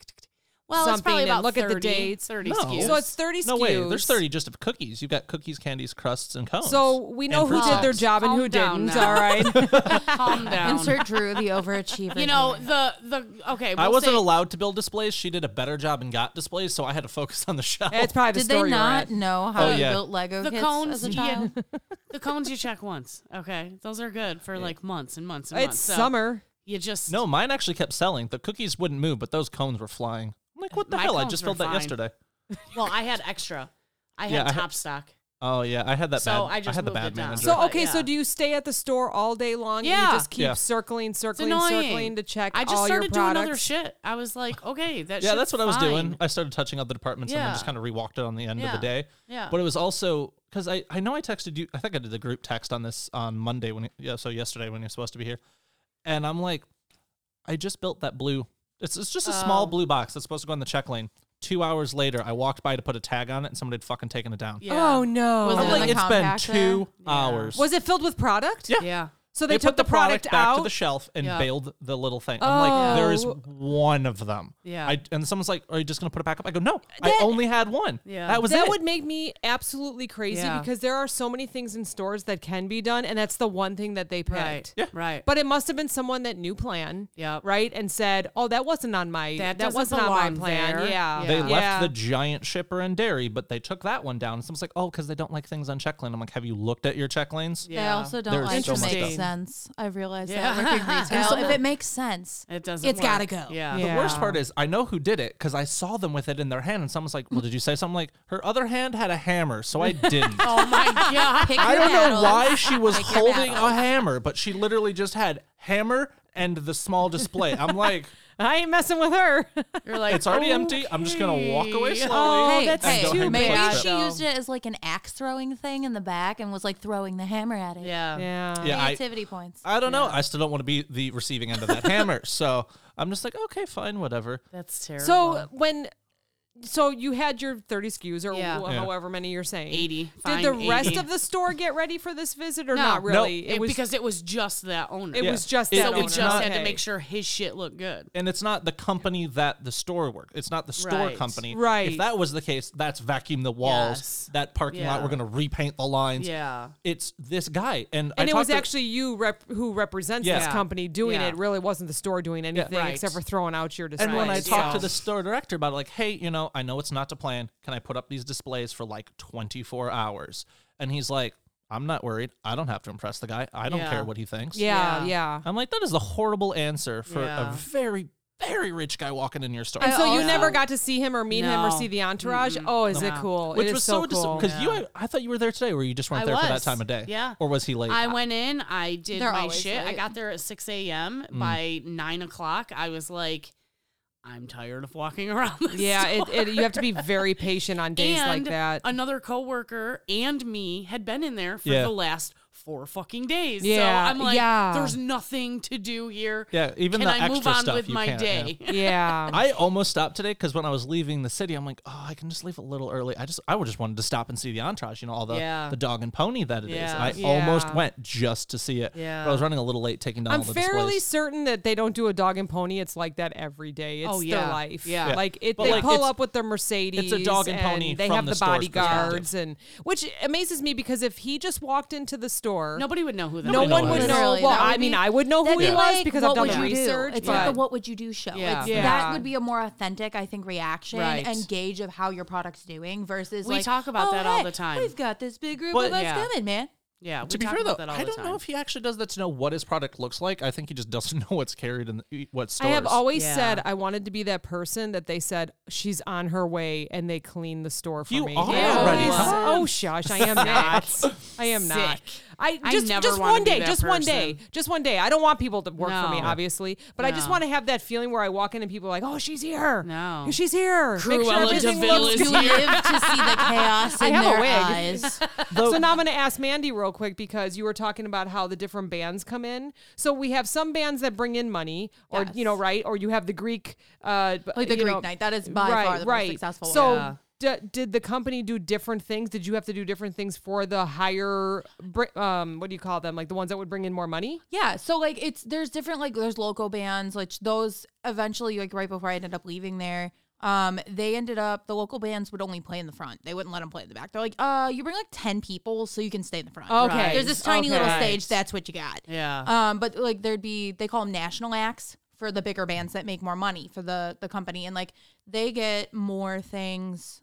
well, it's
something
probably
and
about
look
30,
at the dates.
30
No.
SKUs.
So (laughs) it's 30 SKUs.
No way. There's 30 just of cookies. You've got cookies, candies, crusts, and cones.
So we know
And
who
fruit
did their
snacks.
job and
Calm
who
down
didn't.
now.
All right.
(laughs) calm down.
Insert Drew, the overachiever.
you know
here.
the the okay.
I
we'll
wasn't
say-
allowed to build displays. She did a better job and got displays, so I had to focus on the shelf.
It's probably the
Did
story
they
you're
not
at.
know how
Oh,
to
yeah.
build Lego
The
kits
cones,
as a
yeah.
child?
(laughs) The cones you check once. Okay, those are good for like months and months and
It's
months. So
summer.
You just
no, mine actually kept selling. The cookies wouldn't move, but those cones were flying. I'm like, what the
My
hell? I
cones
just
were
filled that
fine.
yesterday.
Well, I had extra. I had
Yeah, I had-
top stock.
Oh yeah, I had that
So
bad.
I just
had the
moved
bad
it down.
manager.
So
But
okay, so
yeah.
do you stay at the store all day long? and
Yeah.
you just keep
Yeah.
circling,
It's
circling,
annoying.
circling to check
I just
all
started
your
doing
products.
other shit. I was like, okay, that
yeah,
shit's
that's what I was doing.
fine.
(laughs) I started touching up the departments and then
Yeah.
just kind of rewalked it on the end of
Yeah.
the day.
Yeah.
But it was also because I, I know I texted you. I think I did the group text on this on Monday when yeah, so yesterday when you're supposed to be here, and I'm like, I just built that blue. It's it's just a small
Oh.
blue box that's supposed to go in the check lane. Two hours later, I walked by to put a tag on it, and somebody had fucking taken it down.
Yeah.
Oh no!
Was
I'm
it
like,
in the
it's been
compact
two
there?
hours.
Was it filled with product?
Yeah.
Yeah.
So
they,
they,
put
took
the product, back
out.
to the shelf and
Yeah.
bailed the little thing. I'm like, there is
Oh.
one of them.
Yeah.
I, and someone's like, are you just gonna put it back up? I go, no,
That-
I only had one.
Yeah.
That was
that
it.
would make me absolutely crazy
Yeah.
because there are so many things in stores that can be done, and that's the one thing that they picked.
Right. Right.
But it must have been someone that knew plan,
Yep.
right? And said, "Oh, that wasn't on my that,
That doesn't
wasn't on my
belong
plan."
there.
Yeah,
they
Yeah.
left the
(laughs)
giant shipper and dairy, but they took that one down. Someone's like, oh, because they don't like things on check lane. I'm like, have you looked at your check lanes?
They
Yeah.
also don't
There's
like
so
to
much
make
stuff.
sense. I realized
Yeah.
that (laughs) working retail. if it makes sense,
It doesn't.
it's
work.
gotta go.
Yeah.
Yeah.
The worst part is I know who did it because I saw them with it in their hand, and someone's like, "Well, did you say something?" Like her other hand had a hammer, so I didn't. (laughs)
Oh my god.
Pick
I
your
don't know
battles.
why she was
Pick your
holding
battles.
a hammer, but she literally just had hammer and the small display. I'm like,
I ain't messing with her.
You're like
it's already empty. I'm just gonna walk away
okay.
slowly.
Oh,
hey,
that's
hey,
too
maybe
bad,
she
though.
used it as like an axe throwing thing in the back and was like throwing the hammer at it.
Yeah.
yeah.
Yeah, I,
Creativity points.
I don't know. I still don't want to be the receiving end of that hammer. So I'm just like, okay, fine, whatever.
That's terrible.
So when, so you had your thirty SKUs or
Yeah.
wh-
Yeah.
however many you're saying
80.
Did
Fine,
the rest
80. (laughs)
of the store get ready for this visit or
No.
not
No.
really?
it was because it was just that owner.
it
Yeah.
was just
It-
that
so we
owner.
just
not-
had to
Okay.
make sure his shit looked good.
And it's not the company that the store work. It's not the store
Right.
company.
Right.
If that was the case, that's vacuum the walls.
Yes.
That parking lot,
Yeah.
we're gonna repaint the lines.
Yeah.
It's this guy, and
and
I
it was
talked to-
actually you rep- who represents this
Yeah.
company doing
Yeah.
it. Really wasn't the store doing anything
Right.
except for throwing out your displays.
And when I
Right.
talked to
Yeah.
the store director about it, like, hey, you know, I know it's not to plan. Can I put up these displays for like 24 hours? And he's like, I'm not worried. I don't have to impress the guy. I don't
Yeah.
care what he thinks.
yeah,
Yeah.
yeah.
I'm like, that is a horrible answer for
Yeah.
a very, very rich guy walking in your store.
And so you
also-
never got to see him or meet him or
No.
see the entourage. Oh, is it
No.
cool? it
Which
is
was
so,
so
cool.
because you, I, I thought you were there today, or you just weren't
I
there for that
was.
time of day.
Yeah.
Or was he late?
I went in, I did
They're
my
always
shit. I
late.
Mm.
got there at 6 a.m. By 9 o'clock, I was like, I'm tired of walking (laughs) around. This
Yeah, it, it, you have to be very patient on days
and
like that.
another coworker and me had been in there for
Yeah.
the last four fucking days.
Yeah,
So I'm like,
yeah.
there's nothing to do here.
Yeah, even
Can
the
I
extra
move on
stuff
with
you
my
can't, yeah.
day? (laughs)
yeah.
I almost stopped today because when I was leaving the city, I'm like, oh, I can just leave a little early. I just, I would just wanted to stop and see the entourage, you know, all the,
Yeah.
the dog and pony that it is.
Yeah.
And I almost
Yeah.
went just to see it.
Yeah.
But I was running a little late taking down
I'm
all the
fairly
displays.
certain that they don't do a dog and pony. It's like that every day. It's
Oh,
their
yeah.
life.
Yeah. Yeah.
Like it,
But,
they
like,
pull
it's-
up with their Mercedes.
dog and pony
They
from
have
the
the,
store's
bodyguards, and which amazes me because if he just walked into the store,
Nobody would know who that
no
would
one
know
would
who it
know.
is.
Well,
That would
I mean,
be-
I would know who
That'd
he
be
was
like,
because
what
I've done
would
the
you do?
research.
It's
but
like the what would you do show.
Yeah.
It's,
Yeah.
That would be a more authentic, I think, reaction
Right.
and gauge of how your product's doing versus
We
like,
talk about
"Oh,
that all
hey,
the time."
We've got this big group
But-
of us
Yeah.
coming, man.
Yeah, we
To be
talk
fair, though,
about that all
I
the
don't
time.
know if he actually does that to know what his product looks like. I think he just (laughs) doesn't know what's carried in the, e, what stores.
I have always
Yeah.
said I wanted to be that person that they said she's on her way and they clean the store for
You
me.
are
They
Yeah.
always-
already, huh?
Oh shush, I am not. I am not.
Sick.
I
I
just
never
just
wanna
one
be
day,
that
just one day,
person.
just one day. I don't want people to work for me,
No.
obviously, but I just
No.
want to have that feeling where I walk in and people are like, "Oh, she's here.
No.
she's here. Make sure
Cruella
everything
de Vil
looks
is
To
good."
live to see (laughs) the chaos
I
in
have a
their
wig.
eyes.
So now I'm going to ask Mandy real quick because you were talking about how the different bands come in. So we have some bands that bring in money, or you know, right? Or you have the Greek, uh,
Like the
you
Greek
know-
night. That is by
right,
far the most
right.
successful one.
So
Yeah.
d- did the company do different things? Did you have to do different things for the higher, br- um, what do you call them? Like the ones that would bring in more money?
Yeah, so like it's there's different like there's local bands which those eventually like right before I ended up leaving there, um they ended up the local bands would only play in the front. They wouldn't let them play in the back. They're like, uh, you bring like ten people so you can stay in the front.
Okay. Right.
there's this tiny little
Okay.
stage. That's what you got.
Yeah.
Um, but like there'd be they call them national acts for the bigger bands that make more money for the the company, and like they get more things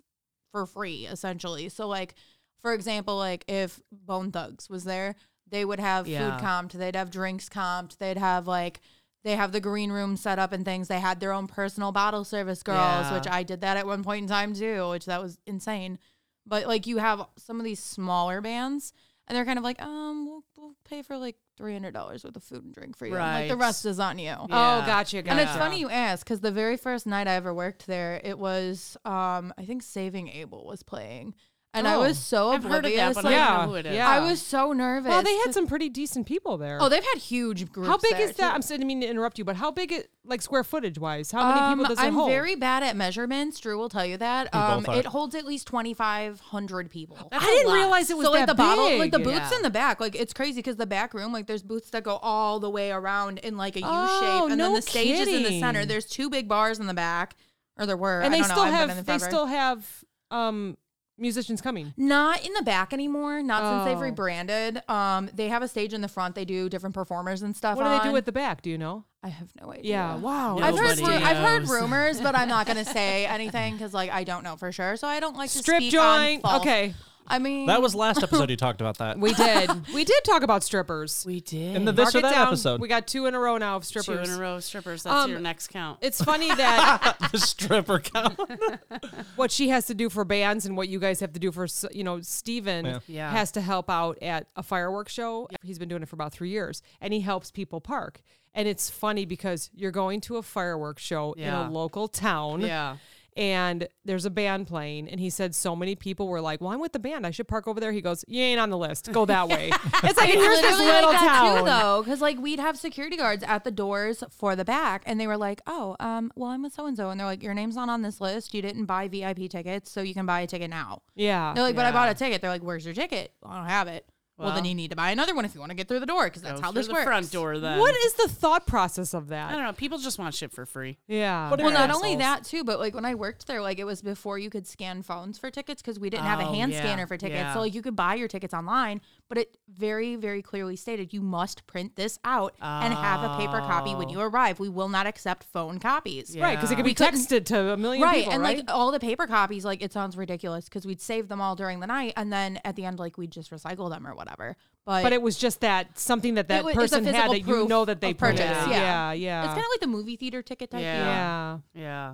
for free essentially. So like for example, like if Bone Thugs was there, they would have
Yeah.
food comped, they'd have drinks comped, they'd have like they have the green room set up and things. They had their own personal bottle service girls,
Yeah.
which I did that at one point in time too, which that was insane. But like you have some of these smaller bands and they're kind of like, um, we'll, we'll pay for like three hundred dollars worth of food and drink for you. I'm Like the
Right.
rest is on you.
Oh, gotcha, gotcha.
And it's funny you ask because the very first night I ever worked there, it was um I think Saving Abel was playing, and I
Oh,
was so
I've heard of that,
oblivious.
but
like,
I
Yeah,
don't know who it is.
yeah.
I was so nervous.
Well, they had
'cause-
some pretty decent people there.
Oh, they've had huge groups.
how big
is
is that? I'm sorry, I didn't mean to interrupt you, but how big it like square footage wise? How many people does it
Um, I'm
hold?
very bad at measurements. Drew will tell you that. Um,
both are.
it holds at least 2,500 people.
I didn't realize it was
so like
that
the bottle, like the
big.
booths
Yeah.
in the back, like it's crazy because the back room, like there's booths that go all the way around in like a U
Oh,
shape, and
no
then the stage is in the center.
kidding.
There's two big bars in the back, or there were,
and they
I don't know,
still
I haven't been
have
in
they
forever.
still have um musicians coming.
Not in the back anymore. Not since
Oh.
they've rebranded. Um, they have a stage in the front. They do different performers and stuff.
What do they do
on.
at the back? Do you know?
I have no idea.
Yeah. Wow.
No.
I've heard,
Nobody
ru- I've heard
knows.
rumors, but I'm not
(laughs)
going to say anything because, like, I don't know for sure. So I don't like to
Strip
speak
joint.
On false-
Okay.
I mean,
That was last episode you talked about
(laughs)
that.
We
(laughs)
did. we did talk about strippers.
we did.
in the this
Mark
or
it
that
down.
episode.
We got two in a row now of
Two
strippers.
in a row of strippers. That's
Um,
your next count.
It's funny
(laughs)
that
(laughs)
(laughs)
the stripper count.
what she has to do for bands and what you guys have to do for, s- you know, Steven
Yeah.
Yeah.
has to help out at a fireworks show. He's been doing it for about three years and he helps people park. And it's funny because you're going to a fireworks show
Yeah.
in a local town.
yeah.
and there's a band playing and he said so many people were like well i'm with the band i should park over there he goes you ain't on the list go
(laughs)
that way it's like here's this
literally like
little
that
town
too, though, because like we'd have security guards at the doors for the back, and they were like, "Oh, um, well, I'm with so and so," and they're like, "Your name's not on this list. You didn't buy VIP tickets, so you can buy a ticket now."
yeah
They're like, "But I
Yeah.
bought a ticket." They're like, "Where's your ticket? Well, I don't have it." Well, then
Well.
you need to buy another one if you want to get through the door, because that's
Go
how
through
this
the
works.
front door then.
what is the thought process of
I
that
don't know. People just want shit for free.
yeah
What
Well, not
assholes.
only that too, but like when I worked there, like it was before you could scan phones for tickets because we didn't have
Oh,
a hand
yeah,
scanner for tickets.
yeah.
So like you could buy your tickets online, but it very, very clearly stated you must print this out and have a paper copy when you arrive. We will not accept phone copies.
Oh. right because it could be
We couldn't-
texted to a million
Right.
people
and
right
like all the paper copies, like it sounds ridiculous because we'd save them all during the night and then at the end, like we'd just recycle them or whatever. But,
but it was just that something that that
wa- it's a
person had
physical
that you
proof
know that they
of purchase,
purchased.
yeah.
yeah yeah
it's kind of like the movie theater ticket type.
Yeah.
yeah.
Yeah.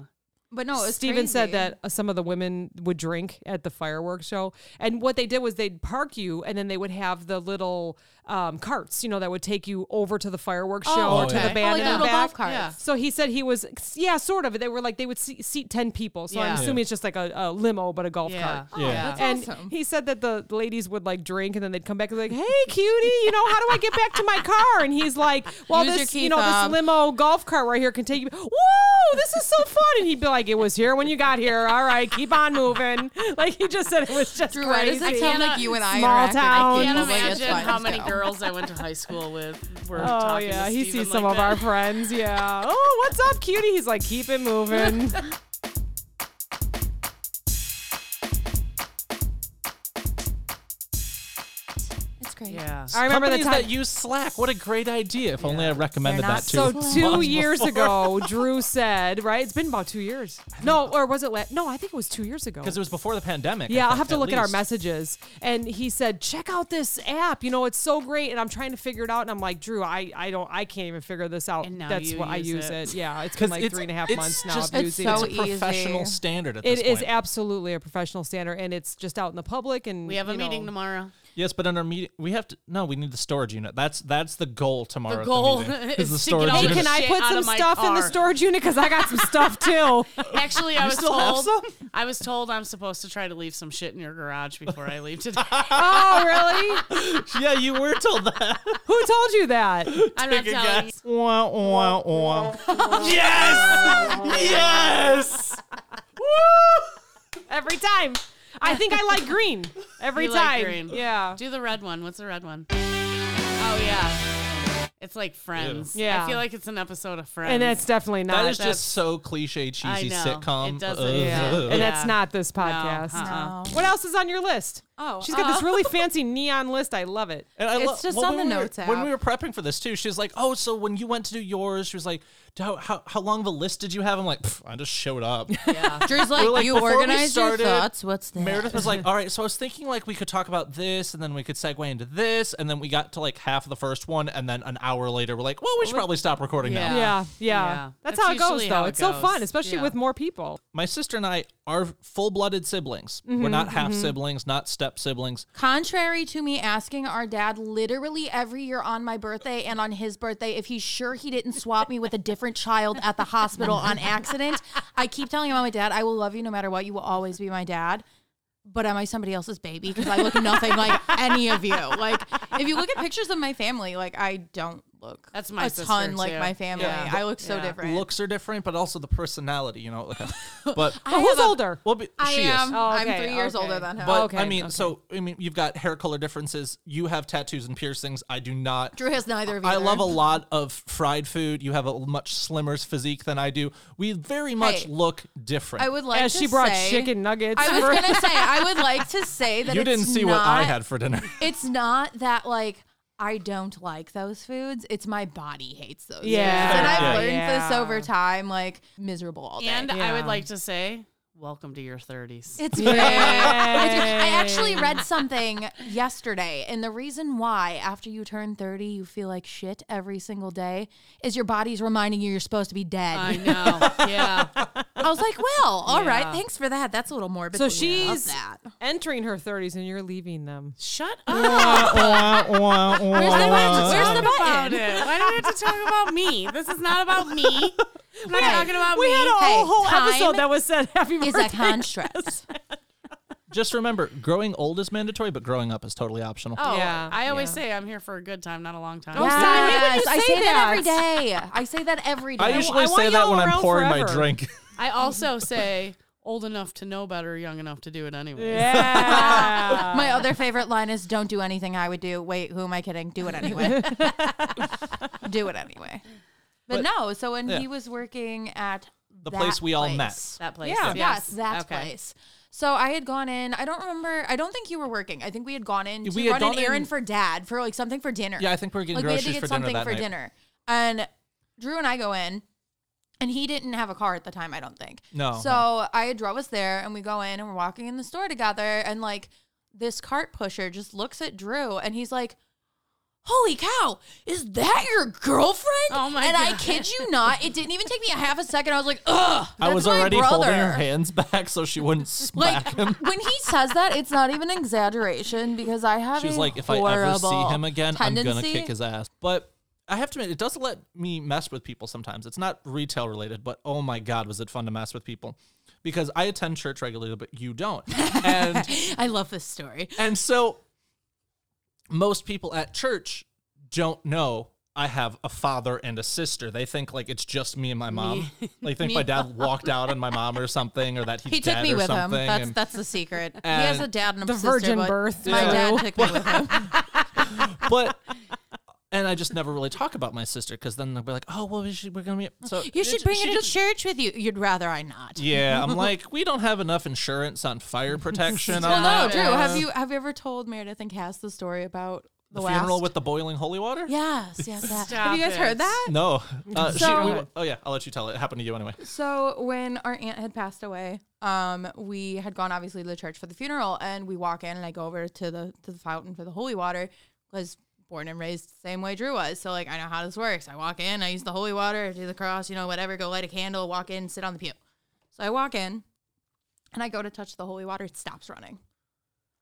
But no, it was
Steven said
Oh, crazy.
that uh, some of the women would drink at the fireworks show. And what they did was they'd park you and then they would have the little um, carts, you know, that would take you over to the fireworks show
Oh,
or to
okay.
the
Oh,
band
like the
in the
little
back.
golf carts.
Yeah.
So he said he was, yeah, sort of. They were like, they would se- seat 10 people. So I'm
Yeah.
assuming it's just like a, a limo, but a golf
yeah. Oh,
cart.
Yeah.
That's
and
awesome.
he said that the ladies would like drink and then they'd come back and be like, hey, cutie, you know, how do I get back to my car? And he's like, well,
Use your
this,
key
you know,
fob."
this limo golf cart right here can take you. Whoa, this is so fun. And he'd be like, it was here when you got here. All right, keep on moving. (laughs) Like he just said it was just
Drew, why does
crazy.
it sound like
cannot-
you and I
Small
are
town.
I
Can't
can't
Like,
imagine how many girls I went to high school with were
Oh
talking
yeah,
to
he
Steven
sees some
like
of
that. (laughs)
our friends. Yeah. Oh, what's up, cutie? He's like, keep it moving.
It's crazy.
Yeah.
I remember the
Companies
time.
that use Slack. What a great idea! If only I recommended
They're
that
not
So
to us (laughs)
two
months
years
before.
ago, Drew said, right? It's been about two years. No, or was it? La- no, I think it was two years ago.
because it was before the pandemic. I
Yeah, I'll
think,
have to look at our
least.
messages. And he said, check out this app. You know, it's so great. And I'm trying to figure it out. And I'm like, Drew, I, I don't, I can't even figure this out.
And now
That's
you
what I
use
use it.
it.
Yeah, it's
'Cause
been like
it's-
three and a half
it's
months now.
just-
of
It's
using
so
it.
It's a professional
easy.
standard at
It
this
is
point.
absolutely a professional standard, and it's just out in the public. And
We have a
you
meeting
know.
(laughs) tomorrow.
Yes, but in our meeting, we have to. No, we need the storage unit. That's that's the goal tomorrow. at
goal
the (laughs) meeting,
is
the
to
storage
get all
Hey,
the
unit.
can I
Shit
put
out
some
of my
stuff in the
car.
storage unit? Because I got some stuff
(laughs)
too.
Actually, I was
still have
told
some?
I was told I'm supposed to try to leave some shit in your garage before I leave (laughs) today.
oh, really?
(laughs) yeah, you were told that.
Who told you that?
I'm not telling you.
(laughs) Wah, wah, wah. (laughs) yes, yes.
Every time. I think I like green. Every
(laughs) You like
time.
green.
Yeah.
Do the red one. What's the red one? Oh yeah. It's like Friends.
Yeah.
I feel like it's an episode of Friends.
And that's
(laughs)
definitely not.
That is
that's-
just so cliche, cheesy
I know.
sitcom.
It doesn't-
Ugh.
Yeah.
Yeah.
And that's
Yeah.
not this
No,
podcast.
uh-uh.
No.
What else is on your list?
Oh,
She's
uh,
got this
(laughs)
really fancy neon list. I love it.
And I
It's
lo-
just
well,
on
when
the
we were-
notes
When
app.
we were prepping for this too, she was like, "Oh, so when you went to do yours, she was like, how how, how long of a list did you have?" I'm like, "Pff, "I just showed (laughs) up."
Drew's like,
We're like,
you
before we
organize
started,
your thoughts. What's that?
Meredith was like, "All right, so I was thinking like we could talk about this, and then we could segue into this, and then we got to like half of the first one, and then an hour later, we're like, well, we should probably stop recording now."
Yeah,
Yeah.
yeah.
Yeah.
That's,
That's
how it goes,
usually
though.
how it
it's so fun,
goes.
especially
Yeah.
with more people.
My sister and I are full-blooded siblings. we're not half siblings, not step siblings.
Contrary to me asking our dad literally every year on my birthday and on his birthday if he's sure he didn't swap me with a different child at the hospital on accident, I keep telling him, "I'm my dad. I will love you no matter what. You will always be my dad." But am I somebody else's baby? Because I look nothing like any of you. Like if you look at pictures of my family, like I don't look
That's my
a
sister,
ton like
too.
my family.
Yeah.
I look so
Yeah.
different.
Looks are different, but also the personality, you know. Like, (laughs) but
But who's older?
well, be-
I
she
am.
is.
Oh, okay,
I'm three years
okay.
older than him.
But
Okay,
I mean,
okay.
so I mean, you've got hair color differences. You have tattoos and piercings. I do not.
Drew has neither of you.
I love a lot of fried food. You have a much slimmer physique than I do. We very much
Hey,
look different.
I would like
As
to
she brought
say-
chicken nuggets.
I was
for-
gonna say I would like to say that
you
it's
didn't see what I
not-
had for
(laughs)
dinner.
It's not that like I don't like those foods. It's my body hates those.
Yeah.
foods. and I've
Yeah.
learned this
Yeah.
over time. Like miserable all day.
And I
Yeah.
would like to say, welcome to your
(laughs)
30s.
It's great. It's great. I actually read something yesterday, and the reason why after you turn 30, you feel like shit every single day is your body's reminding you you're supposed to be dead.
I
I,
know. Yeah.
was like, well, all right,
Yeah.
thanks for that. That's a little morbid.
so
but we love
she's
that.
(laughs) entering her 30s and you're leaving them.
Shut up.
(laughs) uh,
Where's the
Talk about
button?
it. Why do we have to talk about me? This is not about me. I'm not talking about
We
me.
had a whole,
Hey,
whole
time
episode that was said happy
Is (laughs)
birthday.
a construct. (laughs)
Just remember, growing old is mandatory, but growing up is totally optional.
Oh,
Yeah,
I always
yeah.
say I'm here for a good time, not a long time.
Oh, Yes. Simon, why would you
I
say
say
that?
that every day. I say that every day.
I usually
I want
say that
y'all
when I'm
around
pouring my
forever.
(laughs)
drink.
I also say old enough to know better, young enough to do it anyway. (laughs)
Yeah.
My other favorite line is "Don't do anything I would do." Wait, who am I kidding? Do it (laughs) anyway. do it anyway.
But-
But, no. So when
yeah.
he was working at
The
that
place we all met.
That place.
Yeah.
yes, that
Okay.
place. So I had gone in. I don't remember. I don't think you were working. I think we had gone in to
We had
run an
gone in-
errand for dad for like something for dinner.
Yeah, I think we were getting
like we had to
groceries
get
for dinner
something
that
for
night.
dinner, and Drew and I go in. And he didn't have a car at the time, I don't think.
No,
So I had drove us there and we go in and we're walking in the store together and like this cart pusher just looks at Drew and he's like, holy cow, is that your girlfriend?
Oh my
and I
God.
kid you not, it didn't even take me a half a second. I was like, ugh,
I
that's
was
my
already
brother.
holding her hands back so she wouldn't smack
(laughs) Like
him.
when he says that, it's not even exaggeration because I have.
She's
a
like, if I ever see
horrible
him again, I'm gonna
tendency-
kick his ass. But I have to admit, it does let me mess with people sometimes. It's not retail related, but oh my god, was it fun to mess with people? Because I attend church regularly, but you
(laughs)
don't. And
I love this story.
and so most people at church don't know I have a father and a sister. They think like it's just me and my mom. Like
(laughs)
think my dad walked out on my mom or something, or that he's
He took
dead
me
or
with him.
something.
That's
and-
that's the secret. He has
And-
a dad and a
The
sister,
virgin
but
birth,
My
too.
dad took me with him.
but and I just never really talk about my sister because then they'll be like, oh well, we should, we're gonna be so
(laughs) You
it-
should bring
she
her to
just-
church with you. You'd rather I not.
Yeah,
(laughs)
I'm like, we don't have enough insurance on fire protection on
Oh,
that.
Drew, have you have you ever told Meredith and Cass the story about the,
The funeral
last-
with the boiling holy water?
Yes, yes, that.
Stop
have you guys
it.
heard that?
No. Uh, she-
So-
we- oh yeah, I'll let you tell it. It happened to you anyway.
So when our aunt had passed away, um, we had gone obviously to the church for the funeral, and we walk in, and I go over to the to the fountain for the holy water. Was born and raised the same way Drew was, so like I know how this works. I walk in, I use the holy water, do the cross, you know, whatever. Go light a candle, walk in, sit on the pew. So I walk in, and I go to touch the holy water. It stops running.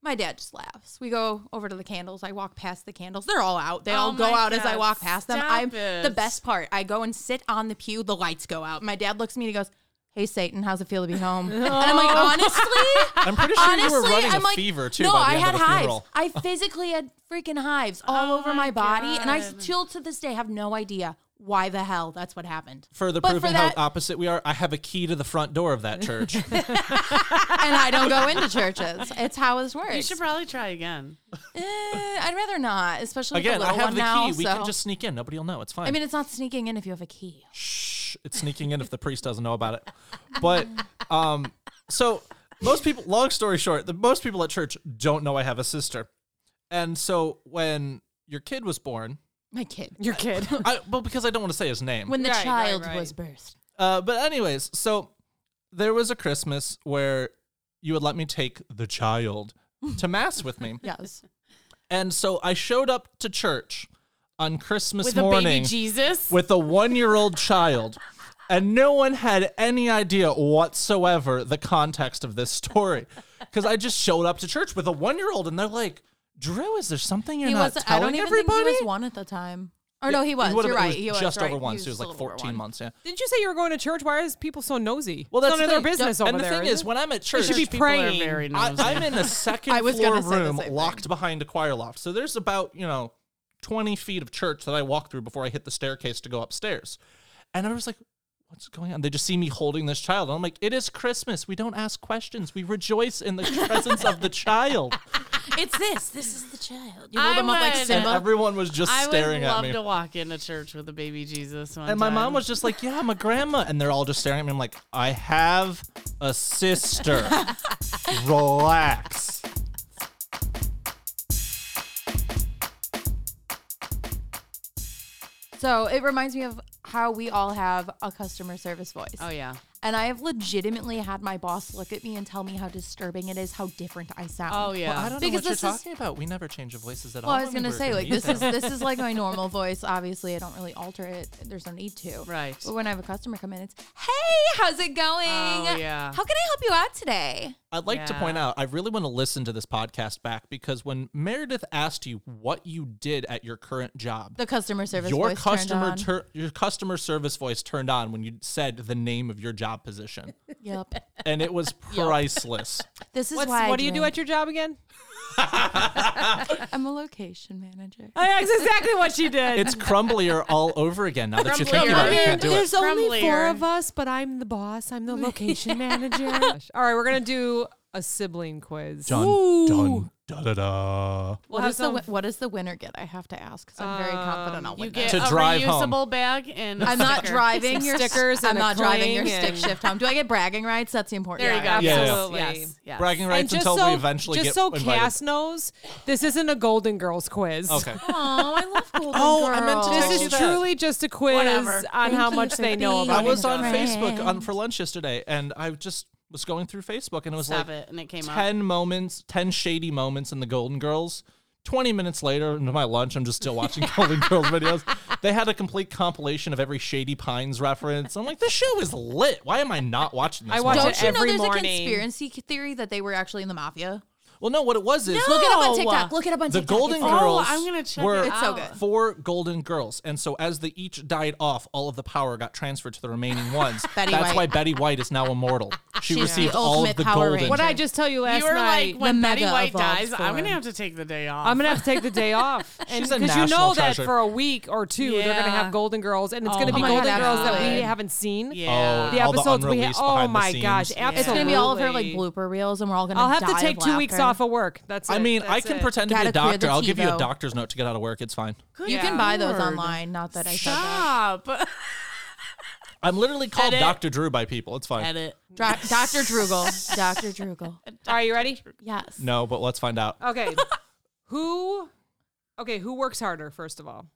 My dad just laughs. We go over to the candles. I walk past the candles. They're all out. They
Oh
all go
my
out as I
God,
walk past them.
stop
I'm the
it.
best part. I go and sit on the pew. The lights go out. My dad looks at me and he goes, "Hey Satan, how's it feel to be home?" And
(laughs)
I'm like,
Oh.
honestly,
I'm pretty sure (laughs) you were
honestly,
running
I'm
a
like,
fever too.
no,
by the
I
end
had
of the
hives.
funeral.
I physically had freaking hives all
Oh
over
my
my body, and I
God.
still to this day have no idea why the hell that's what happened.
Further
But for
proving
that-
how opposite we are, I have a key to the front door of
(laughs)
that church.
and I don't go into churches. It's how this works.
You should probably try again.
Eh, I'd rather not, especially with
Again,
the
I
little
have
one
the key.
now.
we
so.
can just sneak in. Nobody'll know. It's fine.
I mean, it's not sneaking in if you have a key.
Shh, it's sneaking in if the priest doesn't know about it. But um, so most people. Long story short, the most people at church don't know I have a sister, and so when your kid was born,
My kid.
Your kid.
I well because I don't want to say his name.
When the
Right, right,
child
right.
was (laughs) birthed.
Uh, but anyways, so there was a Christmas where you would let me take the child to mass with
(laughs)
me,
Yes.
and so I showed up to church on Christmas
With a
morning
baby Jesus.
with a one year old child. And no one had any idea whatsoever the context of this story. Because I just showed up to church with a one year old and they're like, Drew, is there something you're
He
not
wasn't. I don't
telling
even
everybody?
think he was one at the time. Or no, he was.
would've-
You're
it
right.
was
he was
just
right.
over one,
He
so he was
just
like
a little over
14
one.
months. Yeah.
Didn't you say you were going to church? Why is people so nosy?
Well,
It's
that's
none of
the
their
thing.
business over
And the
there.
thing is, when I'm at church,
should be
People are
praying.
very
I,
nosy.
I'm in a second
I was
floor
gonna say the
room
same thing.
locked behind a choir loft. So there's about, you know, 20 feet of church that I walk through before I hit the staircase to go upstairs. And I was like, what's going on? They just see me holding this child. And I'm like, it is Christmas. We don't ask questions. We rejoice in the presence of the child.
It's this. This is the child. You
I
hold him up like
would-
And
Simba.
everyone was just
I would
staring at
love
me.
to walk into church with a baby Jesus. One
and my
time.
mom was just like, yeah, I'm a grandma. And they're all just staring at me. I'm like, I have a sister. Relax.
So it reminds me of how we all have a customer service voice.
Oh yeah.
And I have legitimately had my boss look at me and tell me how disturbing it is how different I sound.
Oh yeah.
I don't
Because
know what
this
you're
is-
talking about. We never change our voices at
Well,
all.
I was
when we
gonna
were
say
doing
like this
these
is this is like my normal voice. Obviously, I don't really alter it. There's no need to.
Right.
But when I have a customer come in, it's hey, how's it going?
Oh, yeah.
How can I help you out today?
I'd like to
Yeah.
point out, I really want to listen to this podcast back because when Meredith asked you what you did at your current job,
The customer service.
your
voice
customer
Turned on.
tur- your customer service voice turned on when you said the name of your job position,
yep.
and it
(laughs)
was priceless.
This is
What's,
why. I
what do you do
drink.
at your job (laughs) again?
I'm a location manager.
That's exactly what she did.
it's crumblier all over again. Now that you think
Crumblier.
about
I
it, you
mean,
can't do
(laughs)
it.
(laughs)
there's only
Crumblier.
four of us, but I'm the boss. I'm (laughs) the location (laughs) manager. All right, we're gonna do a sibling quiz.
Dun, dun, da, da, da.
We'll
What
have
does the
some-
wi- what does the winner get? I have to ask because I'm very confident I'll win.
You
this.
get
To
a
drive home.
reusable bag and a
I'm not
sticker.
driving
Some
your
stickers
I'm
and a
not driving your
cling
stick
and-
shift home. Do I get bragging rights? That's the important.
There you
yeah,
go.
right.
Yeah.
Absolutely.
Yes.
Yes.
Bragging
and
rights
just
until
so,
we eventually
just
get
so
invited.
Cass knows, this isn't a Golden Girls quiz.
Okay.
Oh, I love Golden
Oh, I meant to
Girls.
text
This
you
is
that.
truly just a quiz
Whatever.
on how
you
much
for
they know
being
about
I was on
Friends.
Facebook on for lunch yesterday, and I just was going through Facebook, and it was
Stop
like
it. And it came out.
ten moments, ten shady moments in the Golden Girls. 20 minutes later into my lunch, I'm just still watching Golden Girls videos. They had a complete compilation of every Shady Pines reference. I'm like, this show is lit. Why am I not watching this?
I watch
more?
it
Don't you know
every
there's
morning.
a conspiracy theory that they were actually in the mafia?
Well, no, what it was is
Look it up
No.
on TikTok. Look it up on
the
TikTok.
Golden
It's-
Girls
Oh, I'm gonna check
were
it
It's so good.
four Golden Girls, and so as they each died off, all of the power got transferred to the remaining ones.
(laughs) Betty
That's
White.
why Betty White is now immortal.
(laughs)
She
She's
received
the
all of
ultimate
the
Power
golden.
What
Ranger.
did I just tell you last
you were
night?
like, when
the
Betty
mega
White
evolved
dies, I'm
form.
gonna have to take the day off.
I'm gonna have to take the day off, and
She's a
because you
national
know that
treasure.
for a week or two, they're gonna
Yeah.
have Golden Girls, and it's
Oh
gonna be
my
Golden
God,
Girls that we
absolutely.
haven't seen.
yeah.
The
all the
episodes we have.
unreleased
Oh
behind the
my gosh,
scenes.
absolutely.
It's gonna be all of her like blooper reels, and we're all gonna.
I'll have
die
to take
of
two weeks
laughter.
off of work. That's.
I
it.
mean, I
That's
can
it.
pretend to be
Gotta
a
clear the
doctor. I'll give you a
TiVo.
doctor's note to get out of work. It's fine.
You can buy those online. Not that I said that.
Stop.
(laughs) I'm literally called
Edit.
Doctor Drew by people. It's fine.
Edit.
Dra-
(laughs)
Dr. Drugal. Dr. Drugal.
Are you ready?
Yes.
No, but let's find out. (laughs)
Okay. who? Okay, who works harder? First of all,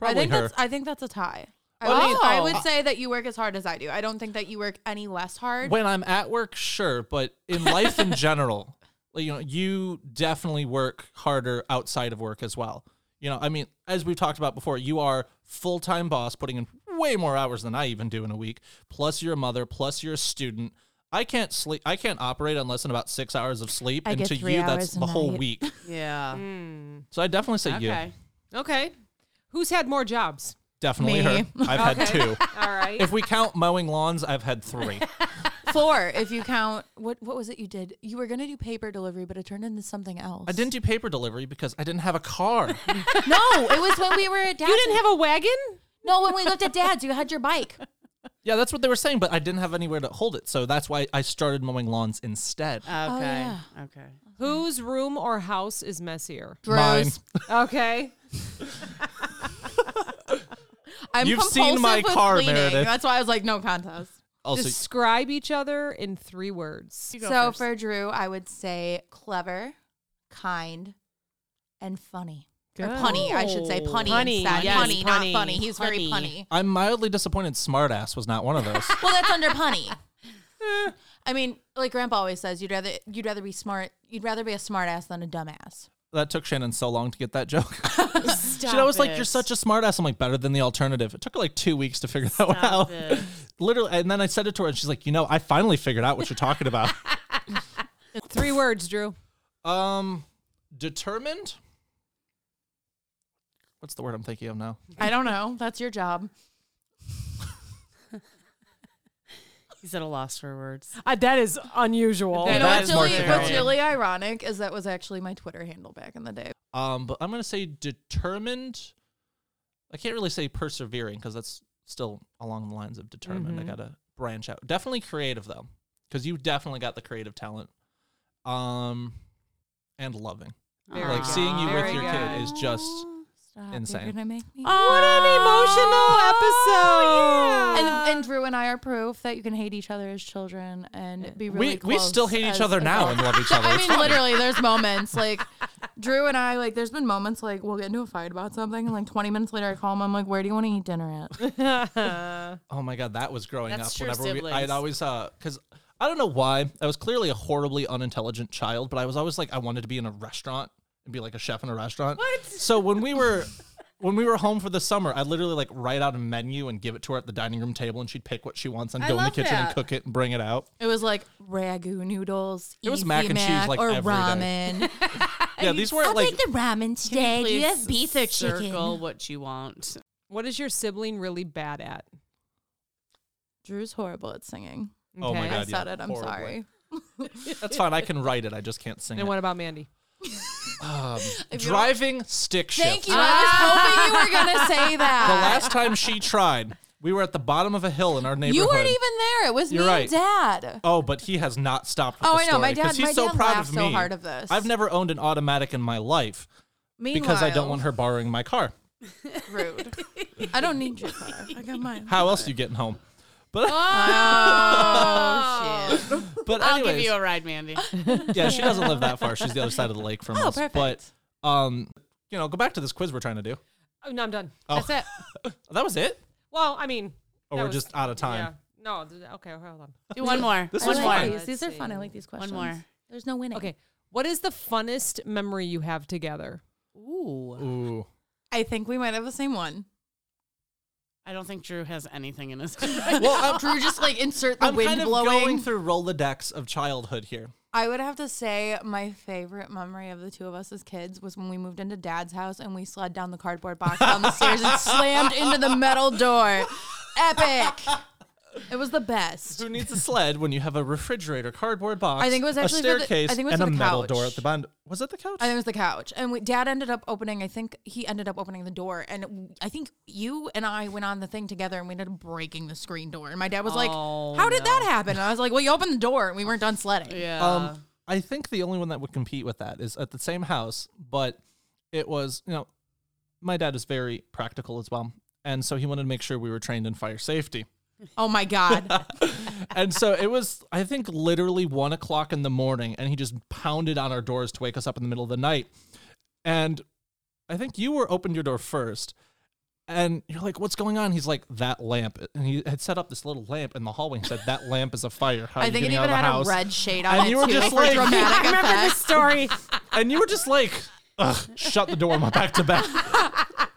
Probably
I think
her.
that's I think that's a tie. I,
Well, I
would,
mean-
I would
Oh.
say that you work as hard as I do. I don't think that you work any less hard.
when I'm at work, sure, but in life in general, (laughs) like, you know, you definitely work harder outside of work as well. You know, I mean, as we've talked about before, you are full time boss, putting in way more hours than I even do in a week. Plus, you're a mother. Plus, you're a student. I can't sleep. I can't operate on less than about six hours of sleep.
I
and
get
to
three
you,
hours
that's
a
the whole
night.
week.
Yeah.
Mm.
So I definitely say
Okay.
you.
okay. Who's had more jobs?
Definitely
Me.
her.
(laughs)
I've had two.
All right.
If we count mowing lawns, I've had three.
Four, if you count what what was it you did? You were gonna do paper delivery, but it turned into something else.
I didn't do paper delivery because I didn't have a car.
No, it was when we were at
(laughs)
dad's.
you didn't have a wagon.
No, when we lived at dad's, you had your bike.
Yeah, that's what they were saying, but I didn't have anywhere to hold it, so that's why I started mowing lawns instead.
Okay.
Oh, yeah.
Okay.
Whose room or house is messier?
Mine.
Gross.
(laughs) Okay.
I'm
You've seen
compulsive
my
with
car,
cleaning.
Meredith.
That's why I was like, no contest.
Also,
Describe each other in three words.
You go
So
first.
for Drew, I would say clever, kind, and funny. Or
Good.
punny, I should say Oh, punny,
Punny,
instead.
yes,
punny, not
punny,
funny. He's very
punny.
punny.
I'm mildly disappointed smartass was not one of
(laughs)
those.
Well, that's under (laughs) punny. I mean, like Grandpa always says, you'd rather you'd rather be smart. You'd rather be a smart ass than a dumbass.
that took Shannon so long to get that joke.
(laughs) Stop
she always like,
it.
"You're such a smartass." I'm like, "Better than the alternative." It took her like two weeks to figure that one
Stop
(laughs) out.
it.
Literally, and then I said it to her, and she's like, "You know, I finally figured out what you're talking
(laughs)
about."
Three words, Drew.
um, determined. What's the word I'm thinking of now?
I don't know. That's your job.
He's at a loss for words.
Uh, that is unusual.
That
you know
is
what's
more
really, what's
fair.
really ironic is that was actually my Twitter handle back in the day.
Um, but I'm gonna say determined. I can't really say persevering because that's still along the lines of determined.
Mm-hmm.
I gotta branch out. Definitely creative though, because you definitely got the creative talent. Um, and loving.
Very
like
good.
seeing you
Very
with your
good.
kid is just.
Stop,
Insane.
You're gonna make me.
What an emotional episode.
Oh, And, and Drew and I are proof that you can hate each other as children and be really
we we still
close
hate each
as
other now
adults.
and love each other.
(laughs) I
It's
mean,
funny.
literally, there's moments (laughs) like Drew and I, like, there's been moments like we'll get into a fight about something, and like 20 minutes later, I call him, I'm like, where do you want to eat dinner (laughs) at?
Oh my god, that was growing
That's
up.
true
Whenever we, I'd
siblings.
always uh, because I don't know why I was clearly a horribly unintelligent child, but I was always like I wanted to be in a restaurant and be like a chef in a restaurant. What? So when we were. (laughs) When we were home for the summer, I literally like write out a menu and give it to her at the dining room table, and she'd pick what she wants and go in the
love
kitchen and
that.
cook it and bring it out.
It was like ragu noodles, E
It was
Easy
mac and cheese, like,
or
every day.
ramen.
(laughs) yeah, these weren't
I'll
like
take the ramen today. Do you have beef or
Circle
chicken?
what you want.
what is your sibling really bad at?
Drew's horrible at singing.
oh my
Okay.
god,
I said
yeah,
it. I'm
horribly.
sorry.
That's fine. I can write it. I just can't sing
And
it.
what about Mandy?
Um, driving stick shift.
Thank you. I was hoping you were gonna (laughs) say
The
that.
last time she tried, we were at the bottom of a hill in our neighborhood.
you weren't even there. It was
You're
me
right.
and Dad.
Oh, but he has not stopped. With
Oh,
the
I know. My
story, 'cause
dad-
He's
my
so
dad
proud
laughed
of
so
me.
hard of this.
I've never owned an automatic in my life because I don't want her borrowing my car. (laughs)
rude. (laughs) I don't need your car. I got mine.
How else you getting home? But
(laughs) Oh shit.
but
I'll
anyways,
give you a ride, Mandy.
yeah, she doesn't live that far. She's the other side of the lake from
(laughs) Oh,
us.
perfect.
But um, you know, go back to this quiz we're trying to do.
Oh, no, I'm done.
Oh.
That's it.
That was it,
Well, I mean, That
or we're
was-
just out of
yeah.
time.
No, th- okay, hold on.
Do one more.
This
one
was
more.
fun.
these. These are fun. I like these questions.
more.
There's no winning.
Okay. What is the funnest memory you have together?
Ooh.
(laughs)
Ooh.
I think we might have the same one.
I don't think Drew has anything in his
Well, I'm,
Um, Drew just like insert the
I'm
wind
kind of
blowing.
going through Rolodex of childhood here.
I would have to say my favorite memory of the two of us as kids was when we moved into dad's house and we slid down the cardboard box down the stairs and slammed into the metal door. Epic. It was the best.
Who needs a sled when you have a refrigerator, cardboard box,
I think it was actually
a
for the- I
staircase,
think it was
and
for
a
the
metal
couch.
door at the bottom? Was it the couch?
I think it was the couch. And we, dad ended up opening, I think he ended up opening the door. And I think you and I went on the thing together and we ended up breaking the screen door. And my dad
(laughs)
was like,
Oh,
(laughs) How did
no.
that happen? And I was like, Well, you opened the door and we weren't done sledding.
yeah.
Um, I think the only one that would compete with that is at the same house, but it was, you know, my dad is very practical as well. And so he wanted to make sure we were trained in fire safety.
Oh my God.
and so it was, I think, literally one o'clock in the morning, and he just pounded on our doors to wake us up in the middle of the night. And I think you were opened your door first, and you're like, "What's going on?" He's like, "That lamp," and he had set up this little lamp in the hallway and said, "That lamp is a fire. How are
I
you
think it
getting out
even
of the
had
house?"
a red shade on
And
it
you were
too,
just
for
like- (laughs)
dramatic
I remember
effect.
this story.
and you were just like, Ugh, "Shut the door, my back to back."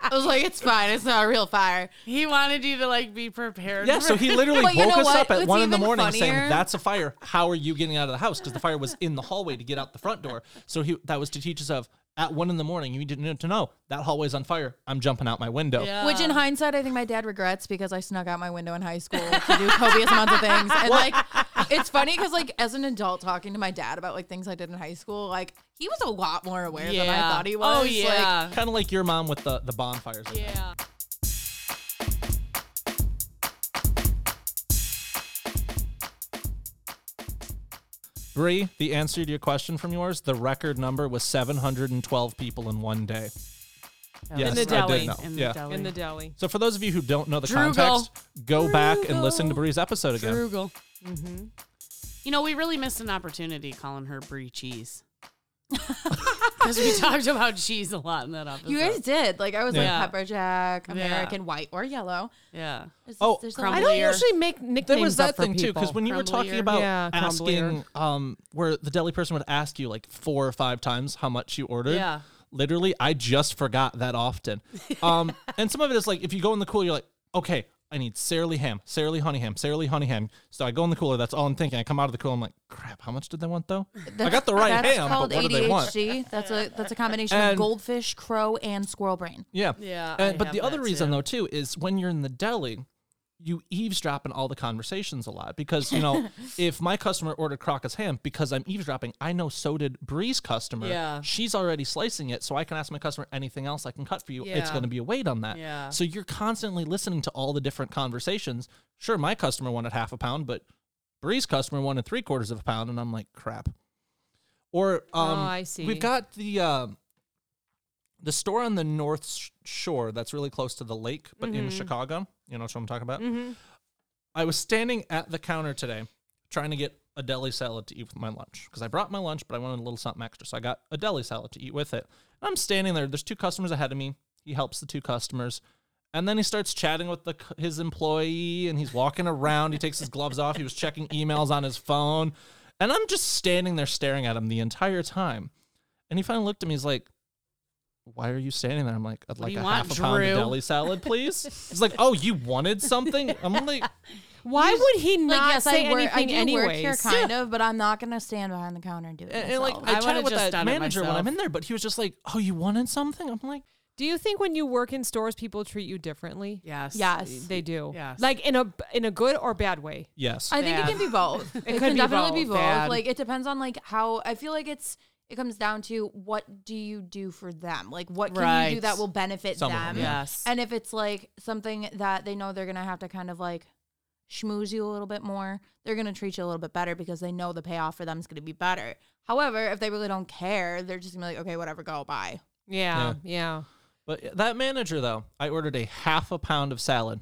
I was like, it's fine. It's not a real fire.
he wanted you to like be prepared.
Yeah,
for-
so he literally
But
woke
you know
us
what?
up at
What's
one in the
even
morning
funnier?
saying, "That's a fire. How are you getting out of the house?" Because the fire was in the hallway to get out the front door. So he that was to teach us of at one in the morning you didn't need to know that hallway's on fire. I'm jumping out my window.
Yeah.
Which, in
Um,
hindsight, I think my dad regrets because I snuck out my window in high school to do copious amounts of things. And like, it's funny because like as an adult talking to my dad about like things I did in high school, like he was a lot more aware than I
Yeah.
thought he was.
Oh
Like,
yeah.
Kind of like your mom with the the bonfires.
yeah.
Bree, the answer to your question from yours, the record number was 712 people in one day. Yes,
the
I did
deli.
know.
In the
yeah.
deli.
In the deli.
So for those of you who don't know the
Drugal.
context, go back and listen to Bree's episode again.
Frugal. You know, we really missed an opportunity calling her Brie Cheese. Because we talked about cheese a lot in that episode.
You guys did. Like I was
Yeah.
like pepper jack,
Yeah.
American white or yellow.
yeah.
It's-
Oh,
there's a
crumb-
lot-
I don't
Crumbler.
usually make nicknames
there was
up
that
for
thing too
people.
because when you were talking
Crumbler.
about
Yeah,
asking um where the deli person would ask you like four or five times how much you ordered
Yeah.
literally i just forgot that
(laughs)
often um and some of it is like if you go in the cooler you're like okay i need Sara Lee ham Sara Lee honey ham Sara Lee honey ham so i go in the cooler that's all i'm thinking i come out of the cooler i'm like crap how much did they want though i got the right
That's
ham
called
but what do they want
ADHD. That's a that's a combination
And-
of goldfish, crow, and squirrel brain.
yeah
Yeah,
And-
I
Uh, but
have
the other
that
reason
too.
though too is when you're in the deli you eavesdrop in all the conversations a lot because you
(laughs)
know if my customer ordered Crockett's ham because I'm eavesdropping, I know so did Bree's customer.
Yeah.
she's already slicing it, so I can ask my customer anything else I can cut for you. It's
Yeah.
going to be a weight on that.
Yeah.
So you're constantly listening to all the different conversations. Sure, my customer wanted half a pound, but Bree's customer wanted three quarters of a pound, and I'm like, crap. Or um,
Oh,
Oh,
I see.
We've got the. Uh, the store on the north sh- shore that's really close to the lake, but in Chicago, you know what I'm talking about. I was standing at the counter today, trying to get a deli salad to eat with my lunch because I brought my lunch, but I wanted a little something extra, so I got a deli salad to eat with it. And I'm standing there. There's two customers ahead of me. He helps the two customers, and then he starts chatting with the, c- his employee, and he's walking around. He takes his gloves off. He was checking emails on his phone, and I'm just standing there staring at him the entire time. And he finally looked at me. He's like, "Why are you standing there?" I'm like, "I'd
do
like
you
a
want,
half a pound
Drew?"
of deli
(laughs)
salad, please." He's like, "Oh, you wanted something?" I'm like,
Why would he not
Like yes,
say
I work. I
anything
do
anyways?
work here, kind of, but I'm not gonna stand behind the counter and do it.
and, and, like
myself.
I,
I
chatted
would've
with
just
that
done it
manager when I'm
myself.
in there, but he was just like, "Oh, you wanted something?" I'm like,
Do you think when you work in stores, people treat you differently?
Yes.
Yes.
They do.
Yes.
Like in a in a good or bad way.
"Yes."
I think it
Bad.
can be both. It,
could
can
be
definitely be
both.
both.
Bad.
Like it depends on like how I feel like it's it comes down to what do you do for them? Like what can you do
Right.
that will benefit
Some of
them?
them, yeah.
Yes.
And if it's like something that they know they're gonna have to kind of like schmooze you a little bit more, they're gonna treat you a little bit better because they know the payoff for them is gonna be better. However, if they really don't care, they're just gonna be like, okay, whatever, go buy.
Yeah. Yeah.
But that manager though, I ordered a half a pound of salad.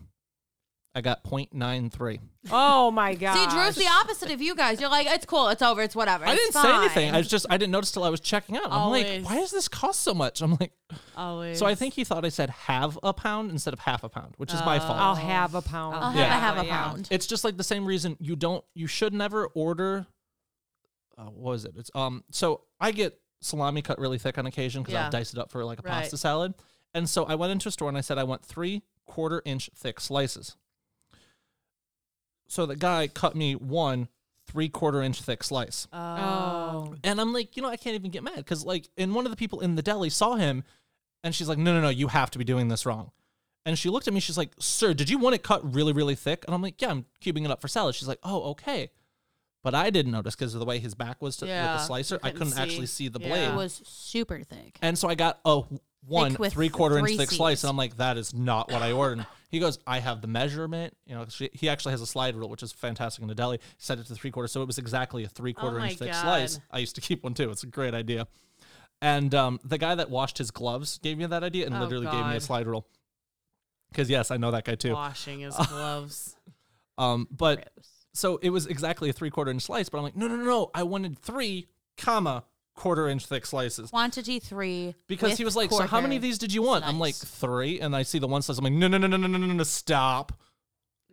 I got 0.93.
(laughs) Oh my god.
See, Drew's the opposite of you guys. You're like, it's cool, it's over, it's whatever.
I
it's
didn't say
fine."
anything. I was just I didn't notice till I was checking out. I'm
Always.
like, why does this cost so much? I'm like,
Always.
so I think he thought I said have a pound instead of half a pound, which is
Oh.
my fault.
I'll have a pound.
I'll
I'll
Yeah.
have a half a
Yeah.
pound.
It's just like the same reason you don't you should never order uh, what was it? It's um so I get salami cut really thick on occasion because
Yeah.
I'll dice it up for like a
Right.
pasta salad. And so I went into a store and I said I want three quarter inch thick slices. So the guy cut me one three quarter inch thick slice.
Oh.
And I'm like, you know, I can't even get mad because, like, and one of the people in the deli saw him and she's like, no, no, no, you have to be doing this wrong. And she looked at me, she's like, sir, did you want it cut really, really thick? And I'm like, yeah, I'm cubing it up for salad. She's like, oh, okay. But I didn't notice because of the way his back was to,
Yeah,
with
you
the slicer, I
couldn't
couldn't
see.
actually see the
Yeah.
blade.
It was super thick.
And so I got a one
Thick with
three quarter inch
three
thick slice,
Cs.
and I'm like, that is not what I ordered. he goes, I have the measurement. You know, 'cause she, he actually has a slide rule, which is fantastic in the deli. He set it to three quarters, so it was exactly a three quarter
my
inch thick
God.
slice. I used to keep one too. It's a great idea. And um, the guy that washed his gloves gave me that idea and
Oh,
literally gave me a
God.
slide rule. Because yes, I know that guy too. (laughs)
Washing his gloves.
Um, but so it was exactly a three quarter inch slice. But I'm like, no, no, no, no. I wanted three comma quarter inch thick slices.
Quantity three.
Because he
with
was like, "So how many of
quarter."
these did you want?" I'm like,
slice.
three, and I see the one slice. I'm like, "No, no, no, no, no, no, no, no, stop!"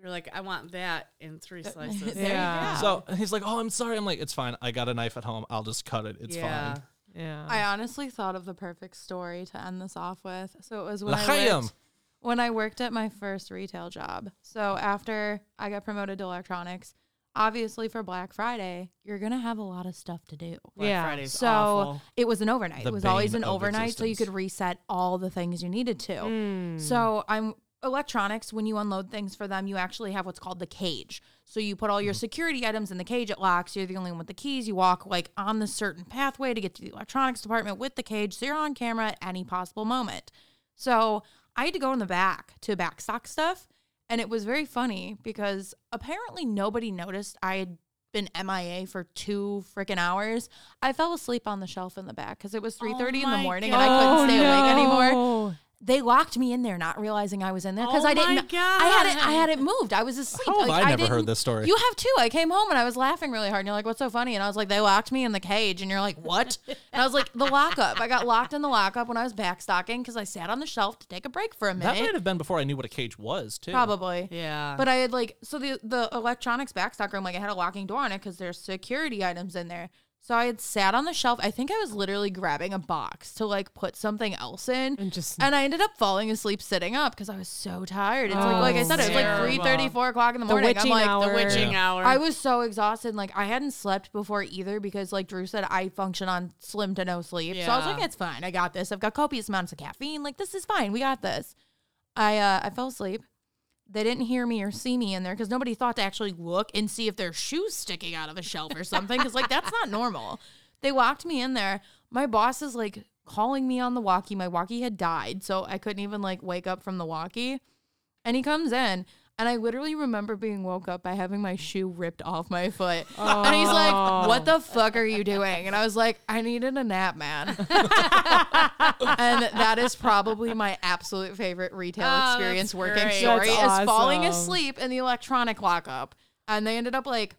You're like, I want that in three
(laughs)
slices.
There you
Yeah.
go.
So he's like, "Oh, I'm sorry." I'm like, "It's fine. I got a knife at home. I'll just cut it. It's
yeah.
fine."
Yeah.
I honestly thought of the perfect story to end this off with. So it was when I
L'chaim.
worked, when I worked at my first retail job. So after I got promoted to electronics, obviously for Black Friday,
you're gonna have a lot of stuff to do.
Black
Yeah.
Friday's
so
awful.
it was an overnight.
The
it was always
bane
an
of
overnight, so you
existence. Hmm.
could reset all the things you needed to. So I'm electronics. When you unload things for them, you actually have what's called the cage. So you put all your
Mm-hmm.
security items in the cage. It locks. You're the only one with the keys. You walk like on the certain pathway to get to the electronics department with the cage. So you're on camera at any possible moment. So I had to go in the back to back stock stuff. And it was very funny because apparently nobody noticed I had been MIA for two freaking hours. I fell asleep on the shelf in the back because it was 3.30 in the
Oh my
morning and I
Oh,
couldn't stay awake anymore.
no.
They locked me in there not realizing I was in there because
Oh
I didn't
my
I hadn't
God.
I hadn't moved. I was asleep.
How have
Like,
I never
didn't-
heard this story?
You have too. I came home and I was laughing really hard and you're like, What's so funny? And I was like, They locked me in the cage and you're like, What? and I was like, The lockup. I got locked in the lockup when I was backstocking because I sat on the shelf to take a break for a minute.
That might have been before I knew what a cage was, too.
Probably.
yeah.
But I had like so the the electronics backstock room like I had a locking door on it because there's security items in there. So I had sat on the shelf. I think I was literally grabbing a box to like put something else in,
And just-
and I ended up falling asleep sitting up because I was so tired. It's
Oh,
like like I said, it was like three thirty,
terrible.
four o'clock in the
The
morning. I'm
witching
like,
hour.
the witching hour.
I was so exhausted. Like I hadn't slept before either because like Drew said, I function on slim to no sleep. So I was
Yeah.
like, it's fine. I got this. I've got copious amounts of caffeine. Like this is fine. We got this. I uh, I fell asleep. They didn't hear me or see me in there because nobody thought to actually look and see if their shoes sticking out of a shelf or something. Because like that's not normal. They locked me in there. My boss is like calling me on the walkie. My walkie had died, so I couldn't even like wake up from the walkie. And he comes in, and I literally remember being woke up by having my shoe ripped off my foot. (laughs) And he's like, What the fuck are you doing? And I was like, I needed a
(laughs)
nap, man. and that is probably my absolute favorite retail
Oh, that's
experience working
great.
story is
That's
falling
awesome.
asleep in the electronic lockup. And they ended up like,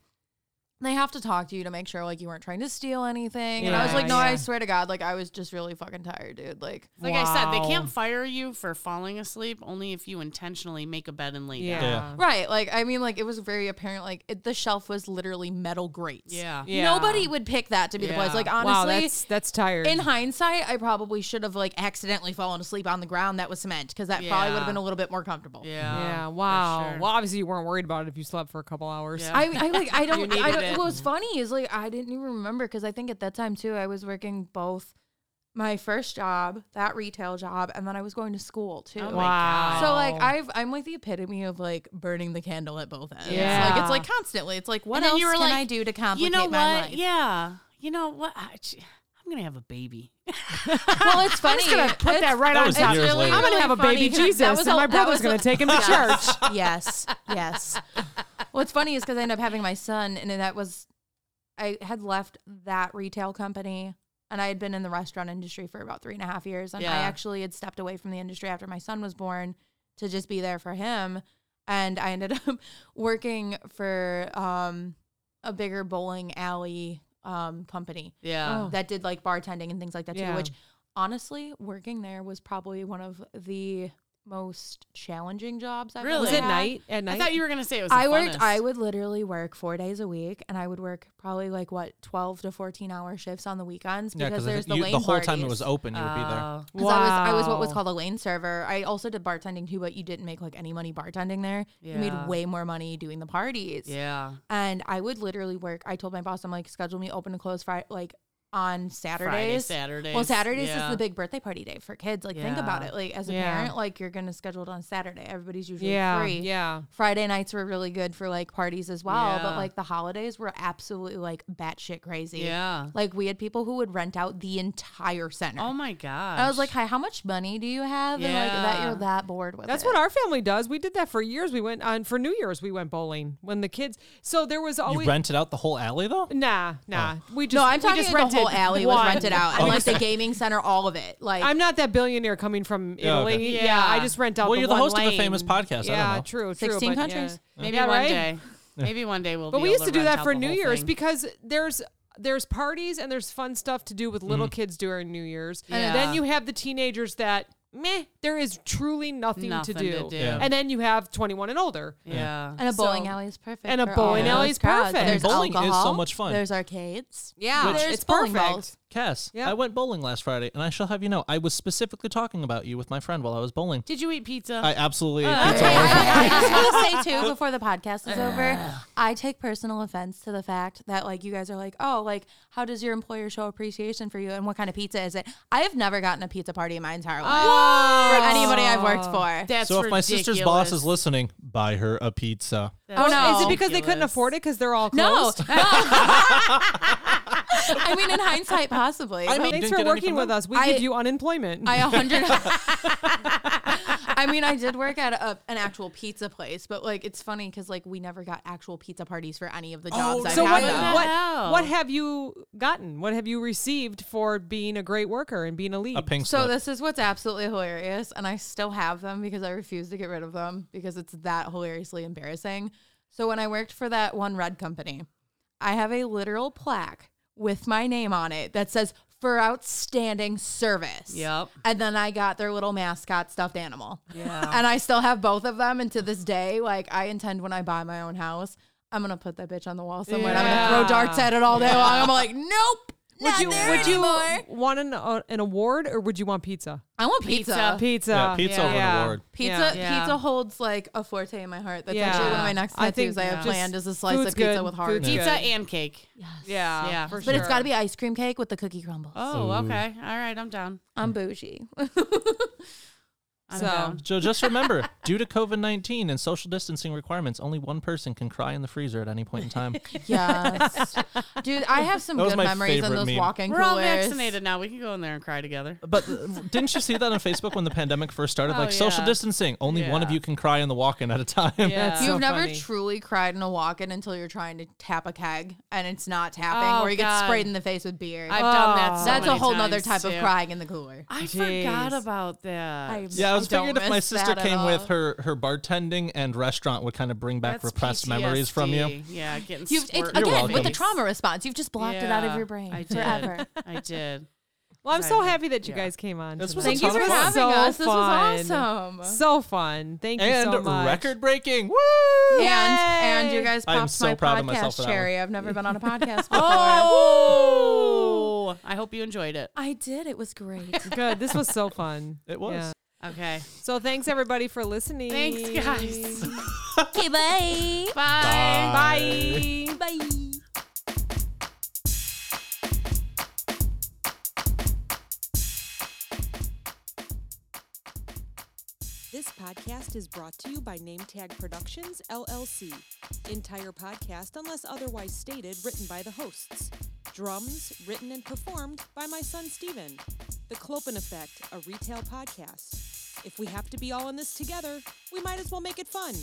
they have to talk to you to make sure like you weren't trying to steal anything. And I was
Yeah,
like, no,
yeah.
I swear to God, like I was just really fucking tired, dude. Like,
like I said,
Wow.
they can't fire you for falling asleep only if you intentionally make a bed and lay down.
Yeah.
Yeah.
Right. Like, I mean, like, it was very apparent. Like, it, the shelf was literally metal grates.
Yeah.
Yeah.
Nobody would pick that to be the place.
Yeah.
Like,
Wow,
honestly,
that's that's tired.
in hindsight, I probably should have, like, accidentally fallen asleep on the ground that was cement because that probably
Yeah.
would have been a little bit more comfortable.
Yeah.
yeah. Wow.
sure.
Well, obviously you weren't worried about it if you slept for a couple hours.
Yeah.
I, I
(laughs)
like I don't I
needed
don't
it.
what was funny is like I didn't even remember because I think at that time too I was working both my first job that retail job and then I was going to school too
Oh my
Wow.
So like I've I'm like the epitome of like burning the candle at both ends.
Yeah.
Like it's like constantly. It's like what
And then
else
you were
can
like,
I do to complicate
You know what?
my life?
Yeah. You know what? I, am gonna have a baby.
(laughs)
(laughs)
Well, it's funny.
I'm just gonna put that right
That
on
was
top.
years
I'm
later.
gonna
really
have a baby
funny. (laughs)
Jesus,
That was
and
a-
my
that
brother's
was a-
gonna take
(laughs)
him to church.
yes, yes. What's funny is because I ended up having my son, and that was I had left that retail company, and I had been in the restaurant industry for about three and a half years, and
Yeah.
I actually had stepped away from the industry after my son was born to just be there for him, and I ended (laughs) up working for um, a bigger bowling alley um, company
Oh.
Yeah.
that did like bartending and things like that
Yeah.
too. Which honestly, working there was probably one of the most challenging jobs I've
Really?
Was
ever
it
had.
night? At
I
night?
thought you were gonna say it was. The
I worked.
funnest.
I would literally work four days a week, and I would work probably like what twelve to fourteen hour shifts on the weekends
Yeah,
because there's
the,
the lane
whole time it
parties.
was open, you would be there.
Oh.
'Cause I was I was what was
Wow.
called a lane server. I also did bartending too, but you didn't make like any money bartending there. You
Yeah.
made way more money doing the parties.
yeah.
And I would literally work. I told my boss, I'm like, schedule me open and close Friday, like
Friday,
on Saturdays.
Saturdays.
Well, Saturdays
yeah.
is the big birthday party day for kids. Like, think about
Yeah.
it. Like, as a
Yeah.
parent, like you're gonna schedule it on Saturday. Everybody's usually
yeah,
free.
yeah.
Friday nights were really good for like parties as well,
Yeah.
but like the holidays were absolutely like batshit crazy.
Yeah.
Like we had people who would rent out the entire center.
Oh my god.
I was like, "Hi, how much money do you have?" And like that
Yeah.
you're that bored with.
That's
it.
what our family does. We did that for years. We went on for New Year's. We went bowling when the kids. So there was
Oh,
You Oh.
always
rented out the whole alley though?
nah, nah. We just
No, I'm
we
talking
just
the whole
rented
alley
one.
was rented out, and like the gaming center, all of it. Like
I'm not that billionaire coming from Italy.
Yeah, Oh, okay.
yeah.
Yeah.
I just rent out.
Well,
the
you're the
one
host of a
lane.
famous podcast. I don't
Yeah,
know.
true, true.
16
but
countries.
yeah.
maybe
Yeah,
one
right?
(laughs)
day. Maybe one day we'll.
But
be
we
able
used to do
rent
that
out
for
the
New
whole
Year's
thing.
because there's there's parties and there's fun stuff to do with little kids during New Year's. And then
Yeah.
you have the teenagers that meh, there is truly nothing,
Nothing
to do.
to do.
Yeah.
And then you have 21 and older.
yeah.
and a bowling
So-
alley is perfect.
and a
for all
bowling
those
alley is
crowds.
perfect.
There's
Bowling is so
alcohol,
much fun.
There's arcades.
Yeah,
there's
it's
bowling
perfect.
balls.
Cass,
Yeah.
I went bowling last Friday, and I shall have you know, I was specifically talking about you with my friend while I was bowling.
Did you eat pizza?
I
(laughs)
absolutely ate
(laughs)
pizza
Okay,
all over.
I, I just want to say too before the podcast is over, I take personal offense to the fact that like you guys are like, oh, like how does your employer show appreciation for you, and what kind of pizza is it? I have never gotten a pizza party in my entire life
Oh.
for anybody I've worked for.
That's
So if my sister's boss is
ridiculous.
listening, buy her a pizza.
That's
Oh, no.
Is it because they couldn't
ridiculous.
afford it because they're all
No.
closed?
(laughs) I mean, in hindsight, possibly.
I
but
mean-
Thanks for
Didn't get any
working
from
with
them?
us. We
I-
give you unemployment.
I a hundred. (laughs) I mean, I did work at a, an actual pizza place, but like it's funny because like we never got actual pizza parties for any of the jobs
(laughs)
I've
Oh, so
had.
what,
though.
them.
what,
Wow.
what have you gotten? What have you received for being a great worker and being a lead?
A pink
So
slip.
this is what's absolutely hilarious, and I still have them because I refuse to get rid of them because it's that hilariously embarrassing. So when I worked for that one red company, I have a literal plaque with my name on it that says for outstanding service.
Yep.
And then I got their little mascot stuffed animal.
Yeah.
And I still have both of them. And to this day, like I intend when I buy my own house, I'm gonna put that bitch on the wall somewhere. I'm gonna
Yeah.
throw darts at it all day long. I'm like, nope.
would
not
you
there
would you
anymore.
want an, uh, an award or would you want pizza?
I want
Pizza.
pizza.
Pizza.
yeah, pizza over an
Yeah.
award.
Pizza
Yeah.
pizza holds like a forte in my heart. That's
Yeah.
actually one of my next
I
tattoos I,
think
have
just
planned is a slice of
food's
pizza
good.
with heart.
Food's
Pizza
Good.
and cake.
Yeah,
Yeah.
for
But
But it's got
sure.
to be ice cream cake with the cookie crumbles.
Oh, okay. All right. I'm down.
I'm bougie.
I'm
So-
down.
So just remember, (laughs) due to COVID nineteen and social distancing requirements, only one person can cry in the freezer at any point in time.
(laughs)
yes, dude. I have some
That was
good
my
memories in
favorite
those
meme.
walk-in
We're
coolers.
all vaccinated now. We can go in there and cry together.
But uh, didn't you see that on Facebook when the pandemic first started?
Oh,
like social
yeah.
distancing, only one of
Yeah.
you can cry in the walk-in at a time.
Yeah.
You've
So
never
funny.
truly cried in a walk-in until you're trying to tap a keg and it's not tapping,
Oh,
or you get
God.
sprayed in the face with beer.
I've done that. So
That's a
many
whole other
times,
type of
too.
crying in the cooler.
I
Jeez.
forgot about that.
(laughs) Yeah, I was
don't
figuring if my
miss
sister
that at
came with
all.
her her bartending and restaurant would kind of bring back
That's
repressed memories from you.
PTSD. Yeah, getting
You've, it's,
squirted
again,
in
with the
face.
trauma response, you've just blocked it out of
Yeah,
your brain
I did.
forever.
(laughs) I did.
Well, I'm so
Excited.
happy that you
Yeah.
guys came on.
This was
tonight.
a Thank you ton of for fun.
having us. This was awesome.
So fun. Thank
And
you so much.
record breaking. Woo!
And
Yay!
and you guys
I'm
popped
so
my
proud of myself for that
podcast
one.
cherry. I've never been on
(laughs)
a podcast before.
Oh, I hope you enjoyed it.
I did. It was great.
Good. This was so fun.
It was.
Yeah.
Okay.
So thanks everybody for listening.
Thanks, guys.
(laughs) okay, bye.
Bye.
Bye.
Bye.
This podcast is brought to you by NameTag Productions, LLC. Entire podcast, unless otherwise stated, written by the hosts. Drums, written and performed by my son Steven. The Clopen Effect, a retail podcast. If we have to be all in this together, we might as well make it fun.